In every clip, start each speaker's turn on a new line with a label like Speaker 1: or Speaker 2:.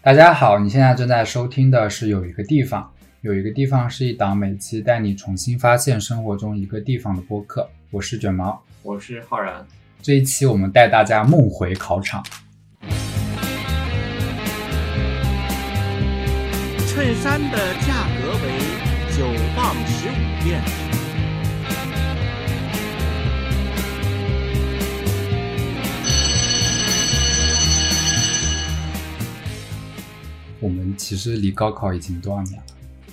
Speaker 1: 大家好，你现在正在收听的是有一个地方，有一个地方是一档每期带你重新发现生活中一个地方的播客。我是卷毛，
Speaker 2: 我是浩然。
Speaker 1: 这一期我们带大家梦回考场。
Speaker 3: 衬衫的价格为九磅十五便。
Speaker 1: 我们其实离高考已经多少年了？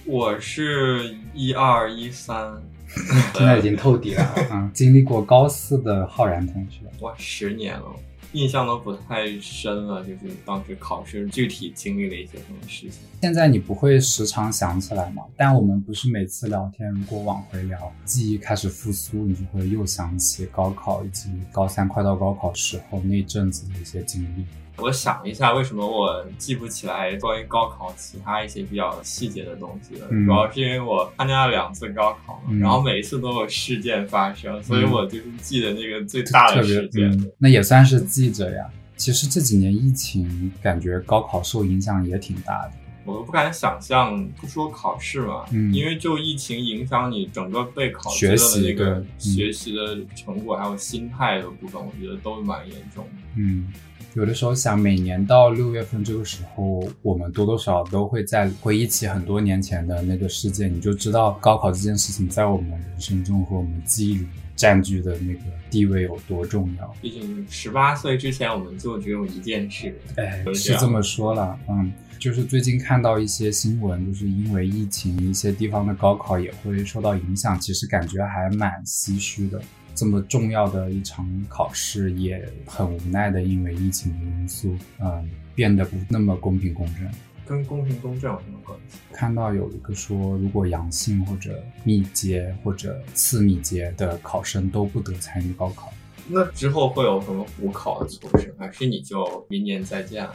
Speaker 2: 我是一二一三， 呃
Speaker 1: 现在已经透底了。嗯，经历过高四的浩然同学，
Speaker 2: 呃哇，十年了，印象都不太深了。就是当时考试具体经历了一些什么事情。
Speaker 1: 现在你不会时常想起来吗？但我们不是每次聊天，如果往回聊，记忆开始复苏，你就会又想起高考以及高三快到高考时候那阵子的一些经历。
Speaker 2: 我想一下，为什么我记不起来关于高考其他一些比较细节的东西了？
Speaker 1: 嗯
Speaker 2: 主要是因为我参加了两次高考，
Speaker 1: 嗯
Speaker 2: 然后每一次都有事件发生，所以我就是记得那个最大的事件。
Speaker 1: 嗯，那也算是记着呀。其实这几年疫情，感觉高考受影响也挺大的。
Speaker 2: 我都不敢想象，不说考试嘛，
Speaker 1: 嗯
Speaker 2: 因为就疫情影响你整个备考阶段的那个
Speaker 1: 学嗯
Speaker 2: 学习的成果，还有心态的部分，我觉得都蛮严重的。
Speaker 1: 嗯，有的时候想，每年到六月份这个时候，我们多多少少都会在回忆起很多年前的那个事件，你就知道高考这件事情在我们人生中和我们记忆里占据的那个地位有多重要。
Speaker 2: 毕竟十八岁之前，我们就只有一件事，
Speaker 1: 哎
Speaker 2: 都，
Speaker 1: 是
Speaker 2: 样
Speaker 1: 这么说了，嗯，就是最近看到一些新闻，就是因为疫情，一些地方的高考也会受到影响，其实感觉还蛮唏嘘的。这么重要的一场考试，也很无奈的，因为疫情的因素，嗯，变得不那么公平公正。
Speaker 2: 跟公平公正有什么关系？
Speaker 1: 看到有一个说，如果阳性或者密接或者次密接的考生都不得参与高考。
Speaker 2: 那之后会有什么补考的措施？还是你就明年再见？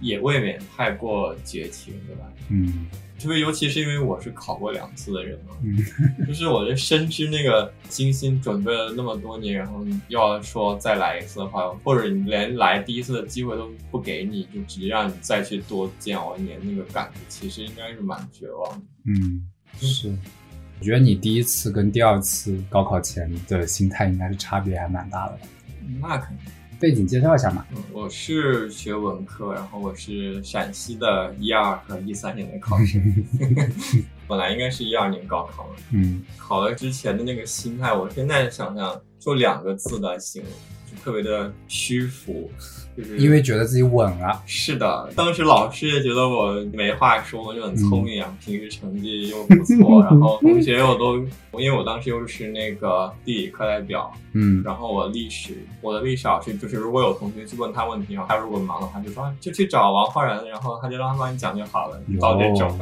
Speaker 2: 也未免太过绝情，对吧？
Speaker 1: 嗯
Speaker 2: 特别尤其是因为我是考过两次的人嘛，
Speaker 1: 嗯，
Speaker 2: 就是我就深知那个精心准备了那么多年，然后你要说再来一次的话，或者你连来第一次的机会都不给你，就直接让你再去多煎熬一年，那个感觉其实应该是蛮绝望的。
Speaker 1: 嗯，是。我觉得你第一次跟第二次高考前的心态应该是差别还蛮大的吧。
Speaker 2: 嗯那肯定，
Speaker 1: 背景介绍一下嘛，
Speaker 2: 嗯我是学文科，然后我是陕西的一二和一三年的考生，本来应该是一二年高考嘛，
Speaker 1: 嗯
Speaker 2: 考了之前的那个心态，我现在想想，就两个字来形容，就特别的虚浮，就是
Speaker 1: 因为觉得自己稳了，
Speaker 2: 是的，当时老师也觉得我没话说，就很聪明
Speaker 1: 嗯
Speaker 2: 啊，平时成绩又不 错，然后同学又都，因为我当时又是那个地理课代表，
Speaker 1: 嗯
Speaker 2: 然后我历史，我的历史老师就是，如果有同学去问他问题，然后他如果忙的话，就说啊就去找王浩然，然后他就让他帮你讲就好了
Speaker 1: 哟，
Speaker 2: 到这种。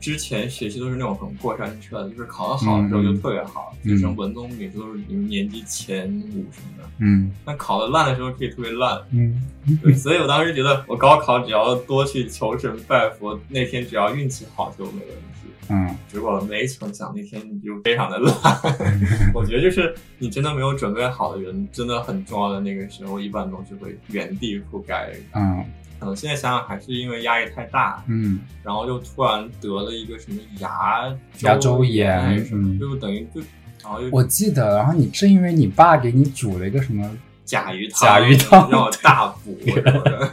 Speaker 2: 之前学习都是那种很过山车的，就是考得好的时候就特别好，
Speaker 1: 嗯嗯
Speaker 2: 就什么文综、理综都是年级前五什么的。
Speaker 1: 嗯
Speaker 2: 那考得烂的时候可以特别烂，
Speaker 1: 嗯
Speaker 2: 对，所以我当时觉得我高考只要多去求神拜佛，那天只要运气好就没问题。
Speaker 1: 嗯，
Speaker 2: 结果没成想那天你就非常的烂，我觉得就是你真的没有准备好的人，真的很重要的那个时候，一般都是会原地覆盖。
Speaker 1: 嗯
Speaker 2: 可能现在想想还是因为压力太大，
Speaker 1: 嗯，
Speaker 2: 然后就突然得了一个什么牙
Speaker 1: 牙周炎
Speaker 2: 还是什
Speaker 1: 嗯
Speaker 2: 么，就等于就然后又
Speaker 1: 我记得，然后你是因为你爸给你煮了一个什么，
Speaker 2: 甲鱼汤，
Speaker 1: 甲鱼汤
Speaker 2: 让我大 补什么的，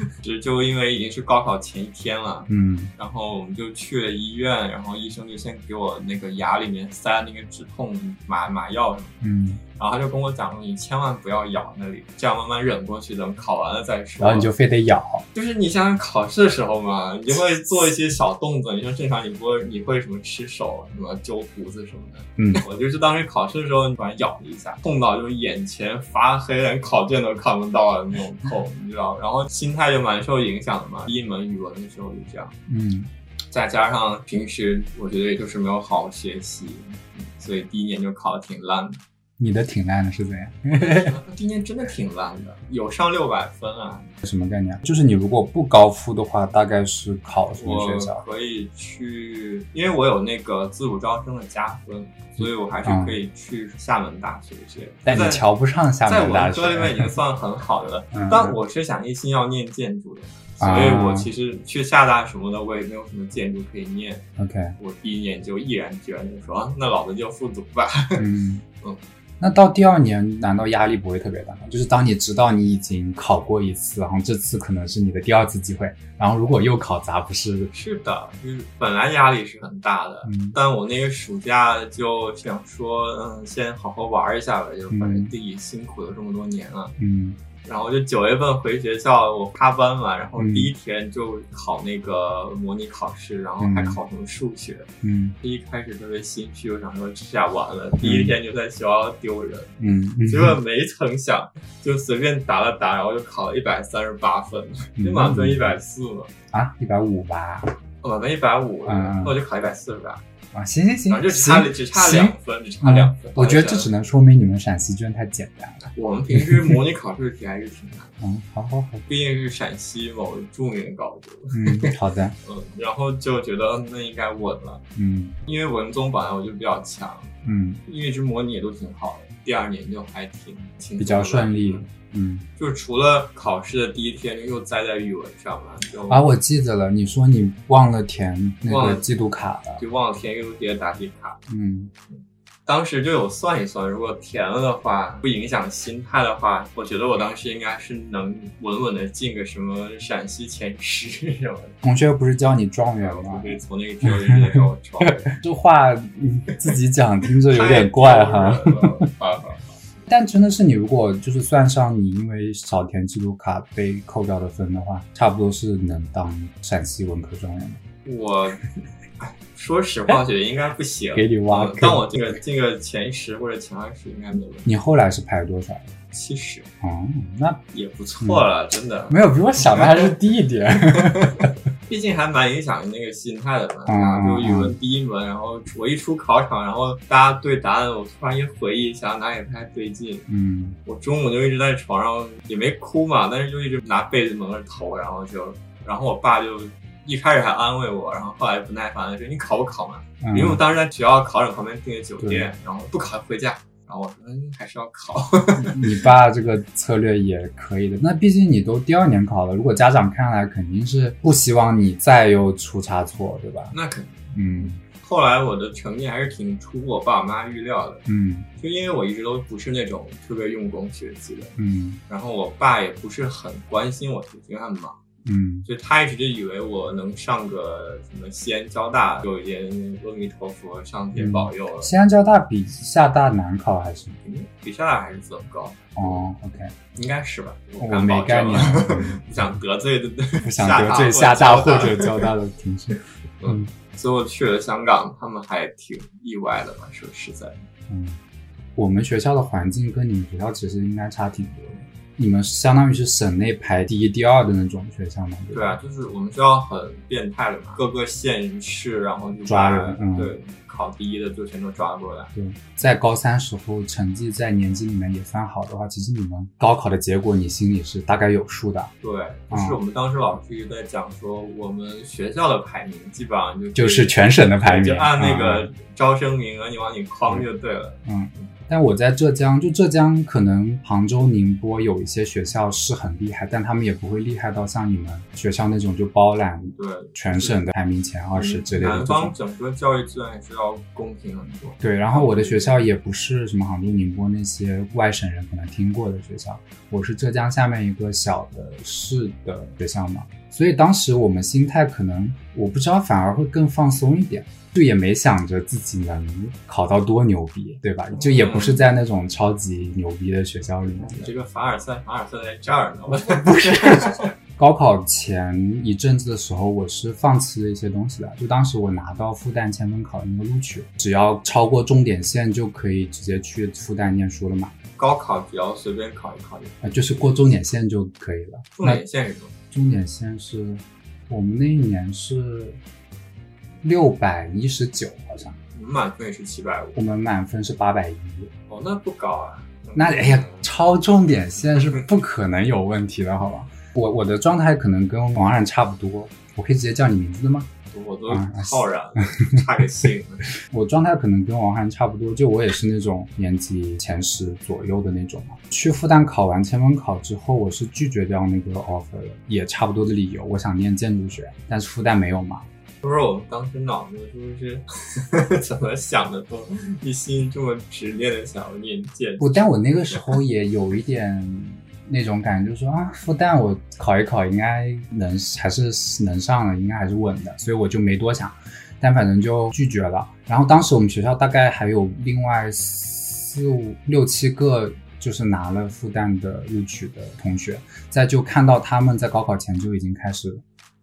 Speaker 2: 就就因为已经是高考前一天了，
Speaker 1: 嗯
Speaker 2: 然后我们就去了医院，然后医生就先给我那个牙里面塞那个止痛麻麻药什么的，
Speaker 1: 嗯，
Speaker 2: 然后他就跟我讲说你千万不要咬那里，这样慢慢忍过去，等考完了再说。
Speaker 1: 然后你就非得咬，
Speaker 2: 就是你想想考试的时候嘛，你就会做一些小动作，你说正常你不会你会什么吃手什么揪胡子什么的，
Speaker 1: 嗯，
Speaker 2: 我就是当时考试的时候，你把它咬了一下，痛到就是眼前发黑，连考卷都看不到的那种痛，你知道？然后心态就蛮受影响的嘛。第一门语文的时候就这样，
Speaker 1: 嗯
Speaker 2: 再加上平时我觉得也就是没有好好学习，嗯所以第一年就考的挺烂的。
Speaker 1: 你的挺烂的是怎样？
Speaker 2: 今年真的挺烂的，有上六百分啊！
Speaker 1: 什么概念？就是你如果不高复的话，大概是考什么
Speaker 2: 我
Speaker 1: 学校？
Speaker 2: 可以去，因为我有那个自主招生的加分，所以我还是可以去厦门大学一些。
Speaker 1: 但嗯你
Speaker 2: 在
Speaker 1: 瞧不上厦
Speaker 2: 在
Speaker 1: 门
Speaker 2: 我
Speaker 1: 大
Speaker 2: 们
Speaker 1: 学
Speaker 2: 专业里面已 经算很好的了
Speaker 1: 嗯，
Speaker 2: 但我是想一心要念建筑的，
Speaker 1: 啊
Speaker 2: 所以我其实去厦大什么的，我也没有什么建筑可以念。
Speaker 1: ？OK，
Speaker 2: 我第一年就毅然决然的说，啊那老子就复读吧。
Speaker 1: 嗯
Speaker 2: 嗯，
Speaker 1: 那到第二年，难道压力不会特别大吗？就是当你知道你已经考过一次，然后这次可能是你的第二次机会，然后如果又考砸，不是？
Speaker 2: 是的，就是本来压力是很大的，
Speaker 1: 嗯
Speaker 2: 但我那个暑假就想说，嗯，先好好玩一下吧，就反正自己辛苦了这么多年了。
Speaker 1: 嗯
Speaker 2: 然后就九月份回学校，我插班嘛，然后
Speaker 1: 嗯
Speaker 2: 第一天就考那个模拟考试，然后还考什么数学。
Speaker 1: 嗯
Speaker 2: 第一开始特别心虚，我想说这下完了，第一天就在学校丢人。
Speaker 1: 嗯嗯，
Speaker 2: 结果没曾想，就随便答了答，然后就考了一百三十八分，
Speaker 1: 嗯
Speaker 2: 就满分一百四嘛，
Speaker 1: 啊，一百五吧。
Speaker 2: 我满分一百五，啊
Speaker 1: 嗯
Speaker 2: 那我就考一百四十八。
Speaker 1: 啊，行行行，
Speaker 2: 反正就差了
Speaker 1: 行
Speaker 2: 只差
Speaker 1: 行
Speaker 2: 两分，只差两分
Speaker 1: 嗯。我觉得这只能说明你们陕西卷太简单了。
Speaker 2: 我们平时模拟考试题还是挺难的，
Speaker 1: 嗯，好好好，
Speaker 2: 毕竟是陕西某著名的高中，
Speaker 1: 嗯，好的，
Speaker 2: 嗯，然后就觉得嗯那应该稳了，
Speaker 1: 嗯
Speaker 2: 因为文综本来我就比较强，
Speaker 1: 嗯
Speaker 2: 因为这模拟也都挺好的，第二年就还挺挺
Speaker 1: 比较顺利嗯。
Speaker 2: 就是除了考试的第一天又栽在语文上了，就
Speaker 1: 啊，我记得了，你说你忘了填那
Speaker 2: 忘
Speaker 1: 个
Speaker 2: 了
Speaker 1: 季度卡了。
Speaker 2: 就忘了填阅读题的答题卡。
Speaker 1: 嗯
Speaker 2: 当时就有算一算，如果填了的话，不影响心态的话，我觉得我当时应该是能稳稳的进个什么陕西前十什么的。
Speaker 1: 同学不是教你状元
Speaker 2: 然后
Speaker 1: 吗
Speaker 2: 就？是从那个题目里面给我 抄，
Speaker 1: 这话嗯自己讲听着有点怪哈。
Speaker 2: 太丢人了。好好
Speaker 1: 但真的是你，如果就是算上你因为少填季度卡被扣掉的分的话，差不多是能当陕西文科状元的。
Speaker 2: 我哎说实话，我觉得应该不行。
Speaker 1: 给你挖
Speaker 2: 嗯
Speaker 1: 坑
Speaker 2: 但我这个进个前十或者前二十应该没问题，
Speaker 1: 你后来是排多少？
Speaker 2: 七十
Speaker 1: 哦，那
Speaker 2: 也不错了，真的。
Speaker 1: 没有比我想的还是低一 点。
Speaker 2: 毕竟还蛮影响那个心态的嘛。
Speaker 1: 嗯
Speaker 2: 然后就语文第一轮，然后我一出考场，然后大家对答案，我突然一回忆，想哪也不太对劲。
Speaker 1: 嗯，
Speaker 2: 我中午就一直在床上，也没哭嘛，但是就一直拿被子蒙着头，然后就， 然后我爸就一开始还安慰我，然后后来不耐烦的说：“你考不考嘛？”
Speaker 1: 嗯
Speaker 2: 因为我当时在学校考场旁边订的酒
Speaker 1: 对
Speaker 2: 店，然后不考回家。然后我说：“嗯，还是要考。
Speaker 1: 你爸这个策略也可以的。那毕竟你都第二年考了，如果家长看来肯定是不希望你再又出差错，对吧”？
Speaker 2: 那肯定。
Speaker 1: 嗯
Speaker 2: 后来我的成绩还是挺出乎我爸我妈预料的，
Speaker 1: 嗯
Speaker 2: 就因为我一直都不是那种特别用功学习的，
Speaker 1: 嗯
Speaker 2: 然后我爸也不是很关心我学习，因为他很忙，
Speaker 1: 嗯
Speaker 2: 所以他一直就以为我能上个什么西安交大，有一点阿弥陀佛，上天保佑了。
Speaker 1: 西安交大比厦大难考还是？
Speaker 2: 嗯，比上海还是怎么高？
Speaker 1: 哦，OK，
Speaker 2: 应该是吧？
Speaker 1: 我
Speaker 2: 敢
Speaker 1: 没
Speaker 2: 保
Speaker 1: 概
Speaker 2: 证
Speaker 1: 念
Speaker 2: 了
Speaker 1: 嗯
Speaker 2: 不想得罪的，
Speaker 1: 不想得罪
Speaker 2: 厦
Speaker 1: 厦
Speaker 2: 大
Speaker 1: 大
Speaker 2: 或
Speaker 1: 或
Speaker 2: 者
Speaker 1: 者交大的同学。嗯
Speaker 2: 最后去了香港，他们还挺意外的吧？说实在，
Speaker 1: 嗯，我们学校的环境跟你们学校其实应该差挺多的。你们相当于是省内排第一、第二的那种学校嘛？
Speaker 2: 对
Speaker 1: 吧？
Speaker 2: 啊，就是我们学校很变态的嘛，各个县市，然后就把
Speaker 1: 抓人嗯
Speaker 2: 对，考第一的就全都抓过来。
Speaker 1: 对，在高三时候成绩在年级里面也算好的话，其实你们高考的结果你心里是大概有数的，
Speaker 2: 对，就是
Speaker 1: 嗯
Speaker 2: 我们当时老师一直在讲说，我们学校的排名基本上就
Speaker 1: 就是全省的排名。
Speaker 2: 就按那
Speaker 1: 嗯
Speaker 2: 个招生名额你往里框就对了。嗯
Speaker 1: 但我在浙江，就浙江可能杭州、宁波有一些学校是很厉害，但他们也不会厉害到像你们学校那种就包揽
Speaker 2: 对，
Speaker 1: 全省的排名前二十之类的
Speaker 2: 南
Speaker 1: 这
Speaker 2: 方
Speaker 1: 种。
Speaker 2: 整个教育资源是要公平很多。
Speaker 1: 对，然后我的学校也不是什么杭州、宁波那些外省人可能听过的学校，我是浙江下面一个小的市的学校嘛，所以当时我们心态可能我不知道，反而会更放松一点，就也没想着自己能考到多牛逼，对吧？就也不是在那种超级牛逼的学校里面
Speaker 2: 你
Speaker 1: 的。
Speaker 2: 这个凡尔赛，凡尔赛在 这儿呢，我
Speaker 1: 不是。高考前一阵子的时候，我是放弃了一些东西的。就当时我拿到复旦千分考的那个录取，只要超过重点线就可以直接去复旦念书了嘛，
Speaker 2: 高考只要随便考一考就，
Speaker 1: 呃，就是过重点线就可以了。
Speaker 2: 重点线是什么？
Speaker 1: 重点线是我们那一年是六百一十九，好像
Speaker 2: 你们满分也是七百五
Speaker 1: 我，们满分是八百一，
Speaker 2: 哦，那不高啊。
Speaker 1: 那哎呀，超重点线是不可能有问题的，好吧？我我的状态可能跟王冉差不多，我可以直接叫你名字的吗？
Speaker 2: 我都
Speaker 1: 啊
Speaker 2: 浩然了，差点信了。
Speaker 1: 我状态可能跟王翰差不多，就我也是那种年级前十左右的那种嘛。去复旦考完前文考之后，我是拒绝掉那个 offer 的，也差不多的理由，我想念建筑学，但是复旦没有嘛。
Speaker 2: 不是我们当时脑子是不是 怎么想的都一心这么执念的想要念建筑？
Speaker 1: 我但我那个时候也有一点那种感觉，就是说啊，复旦我考一考应该能还是能上的，应该还是稳的，所以我就没多想，但反正就拒绝了。然后当时我们学校大概还有另外四五六七个。就是拿了复旦的录取的同学，再就看到他们在高考前就已经开始，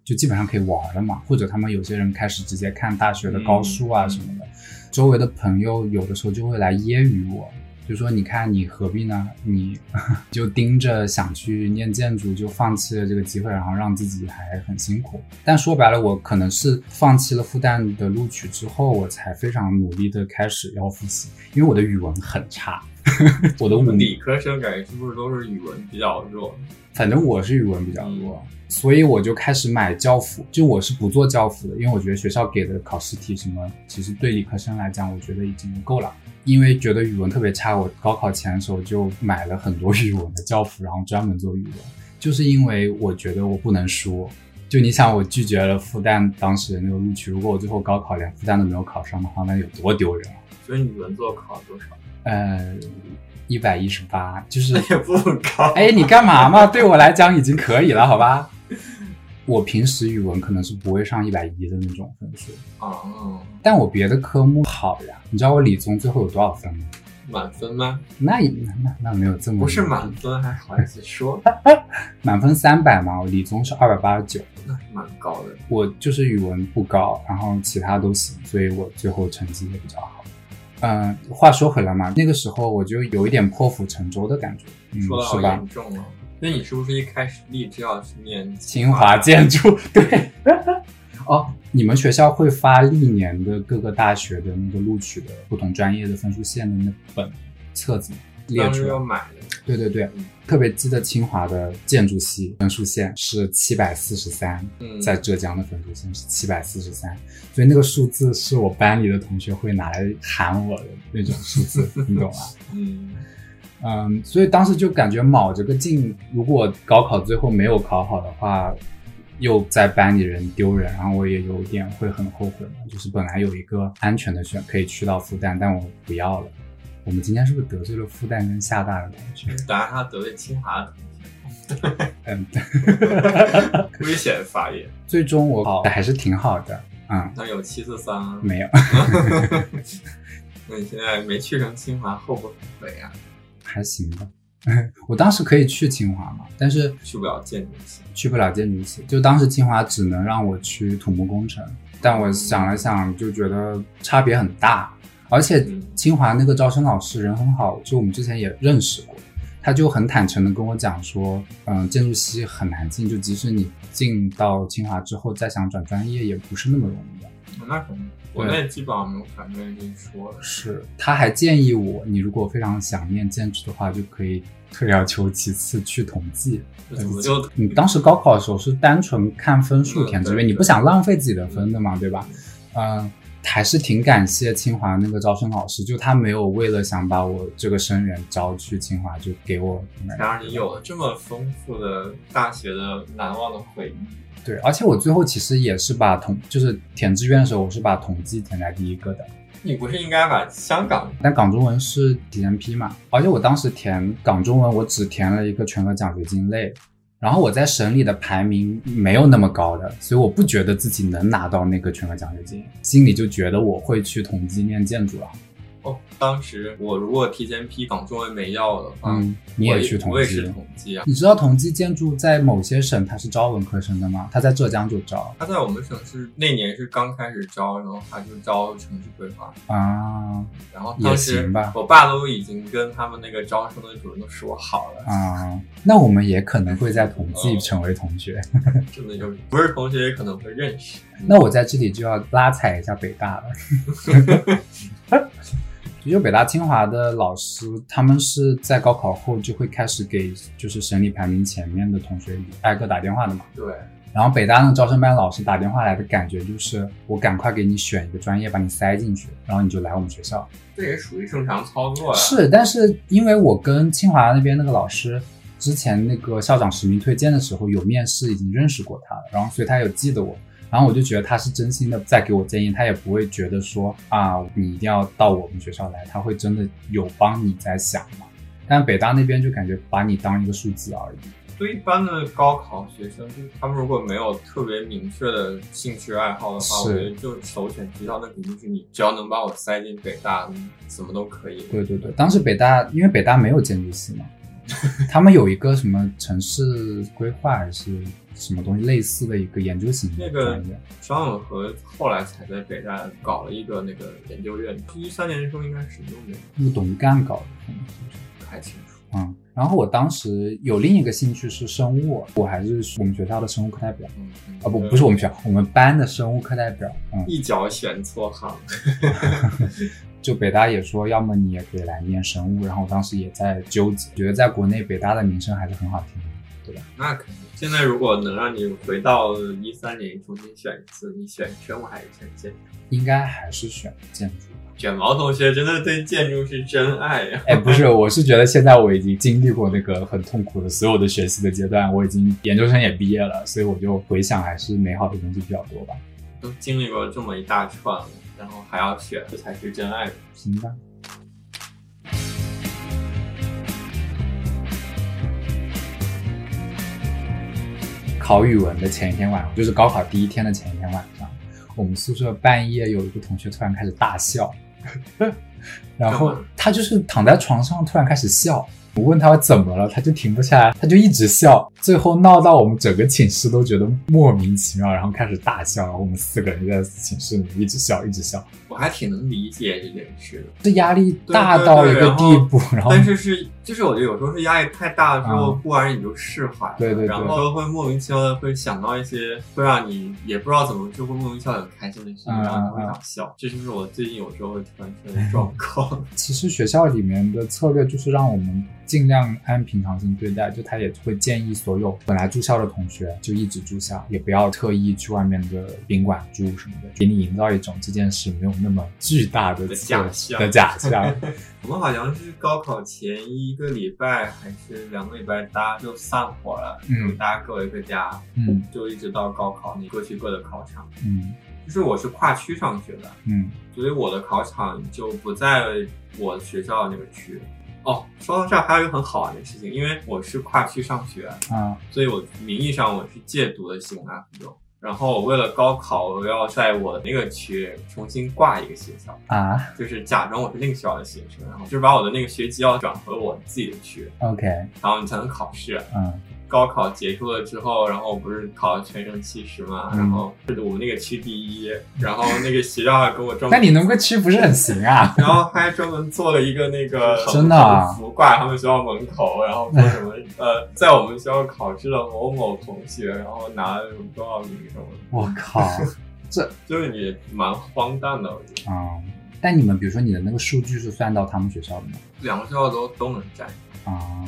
Speaker 1: 就基本上可以玩了嘛，或者他们有些人开始直接看大学的高数啊
Speaker 2: 嗯
Speaker 1: 什么的。周围的朋友有的时候就会来揶揄我，就说你看你何必呢？你 就盯着想去念建筑，就放弃了这个机会，然后让自己还很辛苦。但说白了，我可能是放弃了复旦的录取之后，我才非常努力的开始要复习，因为我的语文很差， 我的
Speaker 2: 我
Speaker 1: 五
Speaker 2: 们理科生感觉是不是都是语文比较弱？
Speaker 1: 反正我是语文比较弱，所以我就开始买教辅。就我是不做教辅的，因为我觉得学校给的考试题什么，其实对理科生来讲，我觉得已经够了。因为觉得语文特别差，我高考前的时候就买了很多 语文的教辅，然后专门做语文，就是因为我觉得我不能输。就你想，我拒绝了复旦当时的那个录取，如果我最后高考连复旦都没有考上的话，那有多丢人啊！
Speaker 2: 所以语文做考多少？
Speaker 1: 呃，一百一十八，就是
Speaker 2: 也不高。
Speaker 1: 哎，你干嘛嘛？对我来讲已经可以了，好吧？我平时语文可能是不会上一百一的那种分数，
Speaker 2: 哦，
Speaker 1: 但我别的科目好呀。你知道我理综最后有多少分吗？
Speaker 2: 满分吗？
Speaker 1: 那也那那没有这么
Speaker 2: 不是
Speaker 1: 牛逼
Speaker 2: 满分，还好意思说，
Speaker 1: 满分三百嘛，我理综是二百八十九，
Speaker 2: 那是蛮高的。
Speaker 1: 我就是语文不高，然后其他都行，所以我最后成绩也比较好。嗯、话说回来嘛，那个时候我就有一点破釜沉舟的感觉，嗯，
Speaker 2: 说的好
Speaker 1: 是吧
Speaker 2: 严？重哦。那你是不是一开始立志要去念
Speaker 1: 清华建筑， 对。哦，你们学校会发历年的各个大学的那个录取的不同专业的分数线的那本册子吗列
Speaker 2: 当
Speaker 1: 出
Speaker 2: 时
Speaker 1: 来
Speaker 2: 要？买的？
Speaker 1: 对对对
Speaker 2: 嗯，
Speaker 1: 特别记得清华的建筑系分数线是七百四十三，
Speaker 2: 嗯，
Speaker 1: 在浙江的分数线是七百四十三，所以那个数字是我班里的同学会拿来喊我的那种数字，你懂吗？
Speaker 2: 嗯，
Speaker 1: 嗯，所以当时就感觉卯着个劲，如果高考最后没有考好的话，又在班里人丢人，然后我也有点会很后悔嘛。就是本来有一个安全的选可以去到复旦，但我不要了。我们今天是不是得罪了复旦跟厦大的同学？
Speaker 2: 当然他得罪清华的
Speaker 1: 嗯，
Speaker 2: 同 学，危险发言。
Speaker 1: 最终我考的还是挺好的，嗯，
Speaker 2: 那有七四三啊，
Speaker 1: 没有，
Speaker 2: 那你现在没去成清华后不后悔啊呀？
Speaker 1: 还行吧。 我当时可以去清华嘛，但是
Speaker 2: 去不了建筑系，
Speaker 1: 去不了建筑系，就当时清华只能让我去土木工程，但我想了想，就觉得差别很大，而且
Speaker 2: 嗯
Speaker 1: 清华那个招生老师人很好，就我们之前也认识过，他就很坦诚的跟我讲说，嗯，建筑系很难进，就即使你进到清华之后再想转专业也不是那么容易的。
Speaker 2: 那肯定。国内基本上没有反对跟你说的，
Speaker 1: 是，他还建议我，你如果非常想念建筑的话，就可以退而求其次去统计。
Speaker 2: 就怎么就
Speaker 1: 你当时高考的时候是单纯看分数
Speaker 2: 嗯
Speaker 1: 填志
Speaker 2: 对
Speaker 1: 愿，你
Speaker 2: 对
Speaker 1: 不想浪费自己的分的嘛，对吧？嗯，还是挺感谢清华那个招生老师，就他没有为了想把我这个生源招去清华，就给我买
Speaker 2: 然而你有了这么丰富的大学的难忘的回忆，
Speaker 1: 对，而且我最后其实也是把统就是填志愿的时候，我是把统计填在第一个的，
Speaker 2: 你不是应该把香港
Speaker 1: 但港中文是提前批嘛，而且我当时填港中文，我只填了一个全额奖学金类，然后我在省里的排名没有那么高的，所以我不觉得自己能拿到那个全额奖学金，心里就觉得我会去统计念建筑了。啊
Speaker 2: 哦，当时我如果提前批港中文煤药的话，
Speaker 1: 嗯，你也去
Speaker 2: 我
Speaker 1: 统
Speaker 2: 我也
Speaker 1: 计
Speaker 2: 是
Speaker 1: 了。
Speaker 2: 统计啊。
Speaker 1: 你知道同济建筑在某些省它是招文科生的吗？它在浙江就招
Speaker 2: 他在我们省是那年是刚开始招，然后他就招城市规划，
Speaker 1: 啊
Speaker 2: 然后
Speaker 1: 也
Speaker 2: 当时
Speaker 1: 行吧
Speaker 2: 我爸都已经跟他们那个招生的主任都说好了，
Speaker 1: 啊，那我们也可能会在同济
Speaker 2: 哦
Speaker 1: 成为同学。
Speaker 2: 真的就是不是同学也可能会认识。
Speaker 1: 那我在这里就要拉踩一下北大了。 就北大清华的老师，他们是在高考后就会开始给就是省里排名前面的同学挨个打电话的嘛。
Speaker 2: 对，
Speaker 1: 然后北大那个招生班老师打电话来的感觉就是，我赶快给你选一个专业把你塞进去，然后你就来我们学校。
Speaker 2: 这也属于正常操作呀、
Speaker 1: 是，但是因为我跟清华那边那个老师之前那个校长实名推荐的时候有面试，已经认识过他了，然后所以他有记得我，然后我就觉得他是真心的在给我建议，他也不会觉得说啊你一定要到我们学校来，他会真的有帮你在想嘛。但北大那边就感觉把你当一个数字而已。
Speaker 2: 对一般的高考学生，就是他们如果没有特别明确的兴趣爱好的话，
Speaker 1: 是
Speaker 2: 我觉得就首选提到那肯定是你，只要能把我塞进北大，什么都可以。
Speaker 1: 对对对，当时北大因为北大没有建筑 系嘛，他们有一个什么城市规划还是什么东西类似的一个研究型的
Speaker 2: 那个
Speaker 1: 专业
Speaker 2: 张永和后来才在北大搞了一个那个研究
Speaker 1: 嗯
Speaker 2: 院，一三年的时候应该是用的，
Speaker 1: 那个董干搞的。可能
Speaker 2: 不太清楚。
Speaker 1: 嗯，然后我当时有另一个兴趣是生物，我还是我们学校的生物课代表
Speaker 2: 嗯，
Speaker 1: 啊，不，不是我们学校，我们班的生物课代表。嗯，
Speaker 2: 一脚选错行，
Speaker 1: 就北大也说，要么你也可以来念生物，然后我当时也在纠结，觉得在国内北大的名声还是很好听的。
Speaker 2: 那肯定。现在如果能让你回到一三年重新选一次，你选生物还是选建筑？
Speaker 1: 应该还是选建筑吧。
Speaker 2: 卷毛同学真的对建筑是真爱呀、
Speaker 1: 哎，不是，我是觉得现在我已经经历过那个很痛苦的所有的学习的阶段，我已经研究生也毕业了，所以我就回想还是美好的东西比较多吧。
Speaker 2: 都经历过这么一大串了，然后还要选，这才是真爱。
Speaker 1: 行吧。考语文的前一天晚上，就是高考第一天的前一天晚上，我们宿舍半夜有一个同学突然开始大笑， 然后
Speaker 2: 干嘛
Speaker 1: 他就是躺在床上突然开始笑。我问他怎么了，他就停不下来，他就一直笑，最后闹到我们整个寝室都觉得莫名其妙，然后开始大笑，然后我们四个人就在寝室里一直笑，一直笑。
Speaker 2: 我还挺能理解这件事的，
Speaker 1: 这压力大到一个地步，然后
Speaker 2: 但是是就是我觉得有时候是压力太大了之后，
Speaker 1: 嗯
Speaker 2: 忽然你就释怀了，
Speaker 1: 对对对
Speaker 2: 然后会莫名其妙的会想到一些会让你也不知道怎么就会莫名其妙地很开心的事情，
Speaker 1: 嗯
Speaker 2: 然后你会
Speaker 1: 嗯
Speaker 2: 想笑。这就是我最近有时候会突然出现的状况。
Speaker 1: 其实学校里面的策略就是让我们尽量按平常心对待，就他也会建议所有本来住校的同学就一直住校，也不要特意去外面的宾馆住什么的，给你营造一种这件事没有那么巨大的
Speaker 2: 的
Speaker 1: 刺
Speaker 2: 假象
Speaker 1: 的假象。
Speaker 2: 我们好像是高考前一个礼拜还是两个礼拜，大家就散伙了，
Speaker 1: 嗯
Speaker 2: 就大家各回各家，
Speaker 1: 嗯
Speaker 2: 就一直到高考，你各去各的考场。
Speaker 1: 嗯
Speaker 2: 就是我是跨区上学的，
Speaker 1: 嗯，
Speaker 2: 所以我的考场就不在我学校那个区。哦，说到这儿还有一个很好玩的事情，因为我是跨区上学，
Speaker 1: 啊
Speaker 2: 所以我名义上我是借读的西蒙阿附中。然后我为了高考，我要在我那个区重新挂一个学校，
Speaker 1: 啊
Speaker 2: 就是假装我是那个学校的学生，然后就是把我的那个学籍要转回我自己的区，
Speaker 1: ，OK，
Speaker 2: 然后你才能考试。
Speaker 1: 嗯
Speaker 2: 高考结束了之后，然后我不是考了全省七十嘛，
Speaker 1: 嗯
Speaker 2: 然后是我们那个区第一，然后那个学校还给我专门，
Speaker 1: 那你能个区不是很行啊？
Speaker 2: 然后还专门做了一个那个
Speaker 1: 真的啊
Speaker 2: 横幅挂他们学校门口，然后说什么呃，在我们学校考试的某某同学，然后拿了什么多少名什么的，
Speaker 1: 我靠，
Speaker 2: 就是也蛮荒诞的，我觉得
Speaker 1: 嗯，但你们比如说你的那个数据是算到他们学校的吗？
Speaker 2: 两个学校都都能占。
Speaker 1: 啊、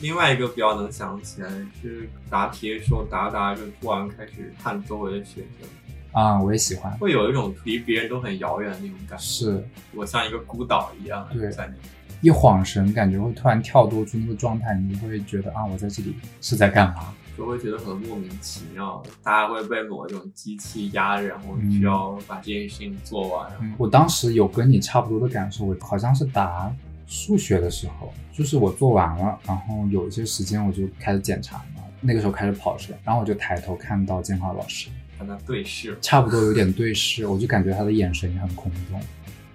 Speaker 2: 另外一个比较能想起来是答题的时候，答着答着就突然开始看周围的学生，
Speaker 1: 啊、我也喜欢，
Speaker 2: 会有一种离别人都很遥远的那种感觉。
Speaker 1: 是。
Speaker 2: 我像一个孤岛一样
Speaker 1: 对
Speaker 2: 在那里。
Speaker 1: 一晃神，感觉会突然跳脱出那个状态，你会觉得啊，我在这里是在干嘛？
Speaker 2: 就会觉得很莫名其妙，大家会被某一种机器压着，然后
Speaker 1: 嗯
Speaker 2: 需要把这件事情做完。然后
Speaker 1: 我当时有跟你差不多的感受，我好像是答数学的时候，就是我做完了，然后有一些时间我就开始检查嘛，那个时候开始跑神，然后我就抬头看到建华老师，
Speaker 2: 跟他对视，
Speaker 1: 差不多有点对视，我就感觉他的眼神也很空洞，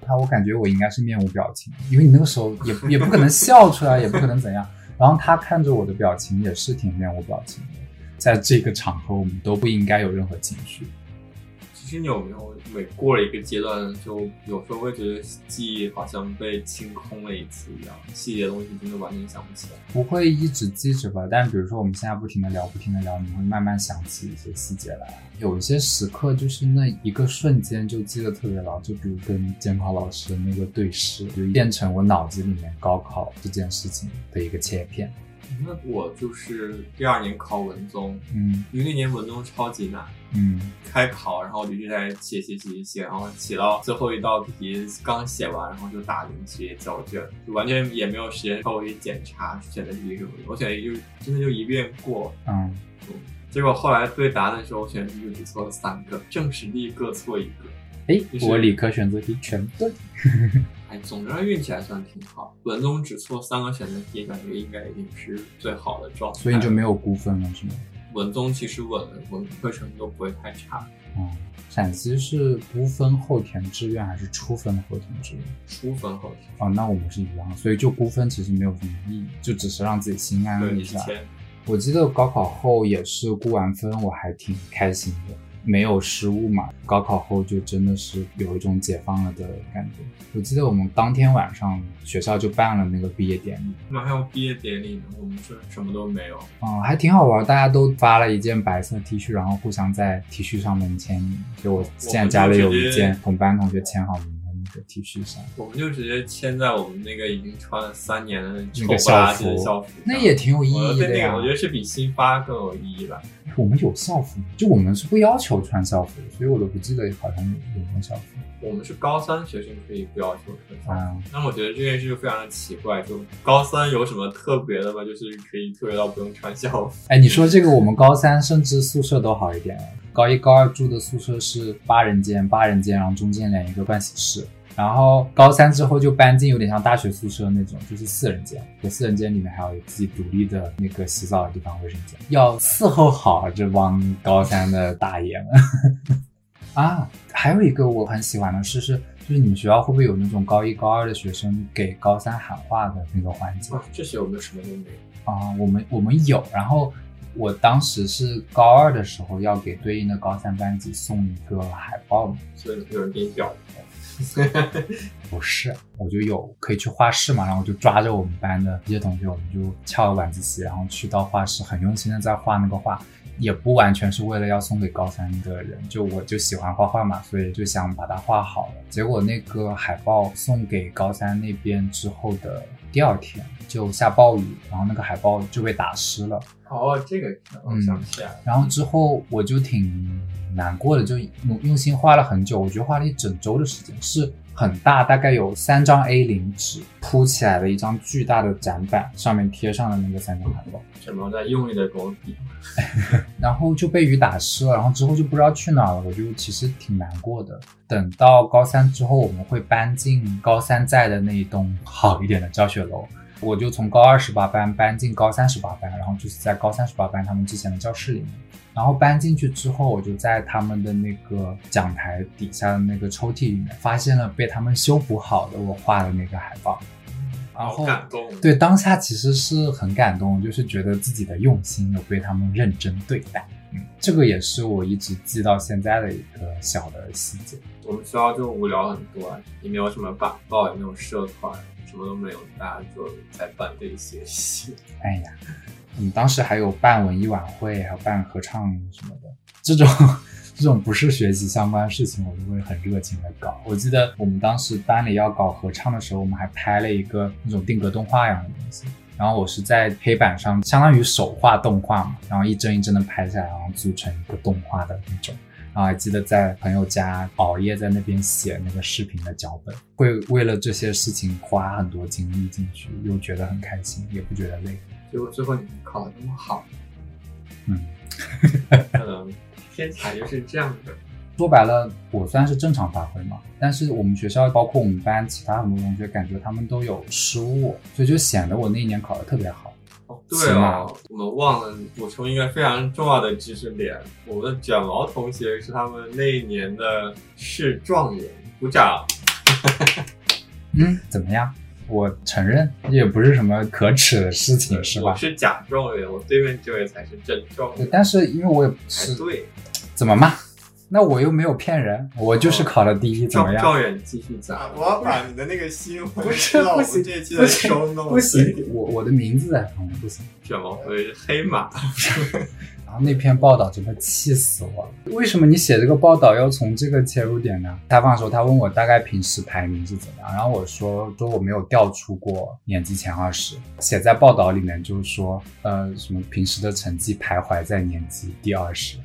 Speaker 1: 他，我感觉我应该是面无表情，因为你那个时候也也不可能笑出来，也不可能怎样。然后他看着我的表情也是挺面无表情的，在这个场合我们都不应该有任何情绪。
Speaker 2: 其实你有没有每过了一个阶段，就有时候会觉得记忆好像被清空了一次一样，细节的东西真的完全想不起来。
Speaker 1: 不会一直记着吧？但是比如说我们现在不停的聊，不停的聊，你会慢慢想起一些细节来。有一些时刻就是那一个瞬间就记得特别牢，就比如跟监考老师那个对视，就变成我脑子里面高考这件事情的一个切片。
Speaker 2: 那我就是第二年考文综，
Speaker 1: 嗯
Speaker 2: 因为那年文综超级难，
Speaker 1: 嗯
Speaker 2: 开考然后我就一直在写写写写写，然后写到最后一道题刚写完，然后就打零直接交卷，就完全也没有时间稍微检查选择题是什么，我选的就真的就一遍过。
Speaker 1: 嗯，
Speaker 2: 结果后来对答案的时候，我选择题就只错了三个，政史地各错一个。
Speaker 1: 哎
Speaker 2: 就，是
Speaker 1: 我理科选择题全对。
Speaker 2: 哎，总之运气还算挺好。文综只错三个选择题，感觉应该已经是最好的状态。
Speaker 1: 所以你就没有估分了，是吗？
Speaker 2: 文综其实稳，文科成绩都不会太差。
Speaker 1: 嗯，陕西是估分后填志愿还是初分后填志愿？
Speaker 2: 初分后题，
Speaker 1: 哦，那我们是一样的，所以就估分其实没有什么意义，就只是让自己心
Speaker 2: 对
Speaker 1: 安一
Speaker 2: 之
Speaker 1: 下。
Speaker 2: 前
Speaker 1: 我记得高考后也是估完分，我还挺开心的，没有失误嘛。高考后就真的是有一种解放了的感觉。我记得我们当天晚上学校就办了那个毕业典礼，
Speaker 2: 马上要毕业典礼呢，我们是什么都没有。
Speaker 1: 嗯，还挺好玩，大家都发了一件白色 T 恤，然后互相在 T 恤上面签名。就我现在家里有一件同班同学签好名的那个 T 恤衫，
Speaker 2: 我们就直接签在我们那个已经穿了三年的
Speaker 1: 那
Speaker 2: 臭
Speaker 1: 个
Speaker 2: 不拉几
Speaker 1: 校
Speaker 2: 的
Speaker 1: 服
Speaker 2: 校服上，
Speaker 1: 那也挺有意
Speaker 2: 啊我
Speaker 1: 义
Speaker 2: 对
Speaker 1: 的
Speaker 2: 那
Speaker 1: 呀。
Speaker 2: 个我觉得是比新发更有意义吧。
Speaker 1: 我们有校服吗，就我们是不要求穿校服的，所以我都不记得好像有有没有校服。
Speaker 2: 我们是高三学生可以不要求穿校服。
Speaker 1: 啊、
Speaker 2: 那我觉得这件事就非常的奇怪，就高三有什么特别的吗？就是可以特别到不用穿校服。
Speaker 1: 哎，你说这个，我们高三甚至宿舍都好一点。高一、高二住的宿舍是八人间，八人间，然后中间连一个盥洗室。然后高三之后就搬进有点像大学宿舍那种，就是四人间，有四人间里面还有自己独立的那个洗澡的地方、卫生间，要伺候好啊这帮高三的大爷们。 啊，还有一个我很喜欢的是是，就是你们学校会不会有那种高一、高二的学生给高三喊话的那个环节？
Speaker 2: 哇，这些我们什么都没有。
Speaker 1: 啊、我们我们有，然后我当时是高二的时候要给对应的高三班级送一个海报嘛，
Speaker 2: 所以有人给你 表 扬。
Speaker 1: 不是，我就有可以去画室嘛，然后我就抓着我们班的一些同学，我们就翘晚自习，然后去到画室，很用心的在画那个画，也不完全是为了要送给高三的人，就我就喜欢画画嘛，所以就想把它画好了。结果那个海报送给高三那边之后的第二天就下暴雨，然后那个海报就被打湿了。
Speaker 2: 哦，这个我想起来了。
Speaker 1: 然后之后我就挺难过的，就用用心画了很久，我觉得画了一整周的时间，是很大，大概有三张 A 零纸铺起来的一张巨大的展板，上面贴上了那个三张海报，
Speaker 2: 沈萌在用力的给我比划。
Speaker 1: 然后就被雨打湿了，然后之后就不知道去哪儿了，我就其实挺难过的。等到高三之后，我们会搬进高三在的那一栋好一点的教学楼。我就从高二十八班搬进高三十八班，然后就是在高三十八班他们之前的教室里面。然后搬进去之后，我就在他们的那个讲台底下的那个抽屉里面，发现了被他们修补好的我画的那个海报。然
Speaker 2: 好
Speaker 1: 后
Speaker 2: 感动。
Speaker 1: 对当下其实是很感动，就是觉得自己的用心有被他们认真对待。嗯，这个也是我一直记到现在的一个小的细节。
Speaker 2: 我们学校就无聊很多，啊也没有什么板报，也没有社团，什么都没有，大家就在办这些戏。
Speaker 1: 哎呀，我们当时还有办文艺晚会，还有办合唱什么的，这种这种不是学习相关的事情，我就会很热情的搞。我记得我们当时班里要搞合唱的时候，我们还拍了一个那种定格动画一样的东西。然后我是在黑板上，相当于手画动画嘛，然后一帧一帧的拍下来，然后组成一个动画的那种。然后还记得在朋友家熬夜在那边写那个视频的脚本，会为了这些事情花很多精力进去，又觉得很开心，也不觉得累。
Speaker 2: 结果最后你们考得那么 好，
Speaker 1: 嗯，
Speaker 2: 可能嗯天才就是这样的。
Speaker 1: 说白了，我算是正常发挥嘛。但是我们学校，包括我们班其他很多同学，感觉他们都有失误，所以就显得我那一年考得特别好。
Speaker 2: 哦，对哦，我们忘了补充一个非常重要的知识点，我们的卷毛同学是他们那一年的市状元，鼓掌。
Speaker 1: 嗯，怎么样？我承认，这也不是什么可耻的事情，是
Speaker 2: 我
Speaker 1: 吧？
Speaker 2: 是假状元，我对面这位才是真状
Speaker 1: 对
Speaker 2: 元。
Speaker 1: 但是因为我也不
Speaker 2: 哎
Speaker 1: 是
Speaker 2: 对，
Speaker 1: 怎么嘛，那我又没有骗人，我就是考了第一，怎么
Speaker 2: 状
Speaker 1: 样？
Speaker 2: 状元继续讲
Speaker 4: 啊！。我要把你的那个新闻
Speaker 1: 不是
Speaker 4: 知道我
Speaker 1: 不行
Speaker 4: 们这一期的
Speaker 1: 不行
Speaker 4: show notes
Speaker 1: 不行，我我的名字在旁边，不行。
Speaker 2: 怎么回黑马？
Speaker 1: 然后那篇报道真的气死我了！为什么你写这个报道要从这个切入点呢？采访的时候，他问我大概平时排名是怎么样，然后我说说我没有调出过年级前二十，写在报道里面就是说，呃，什么平时的成绩徘徊在年级第二十。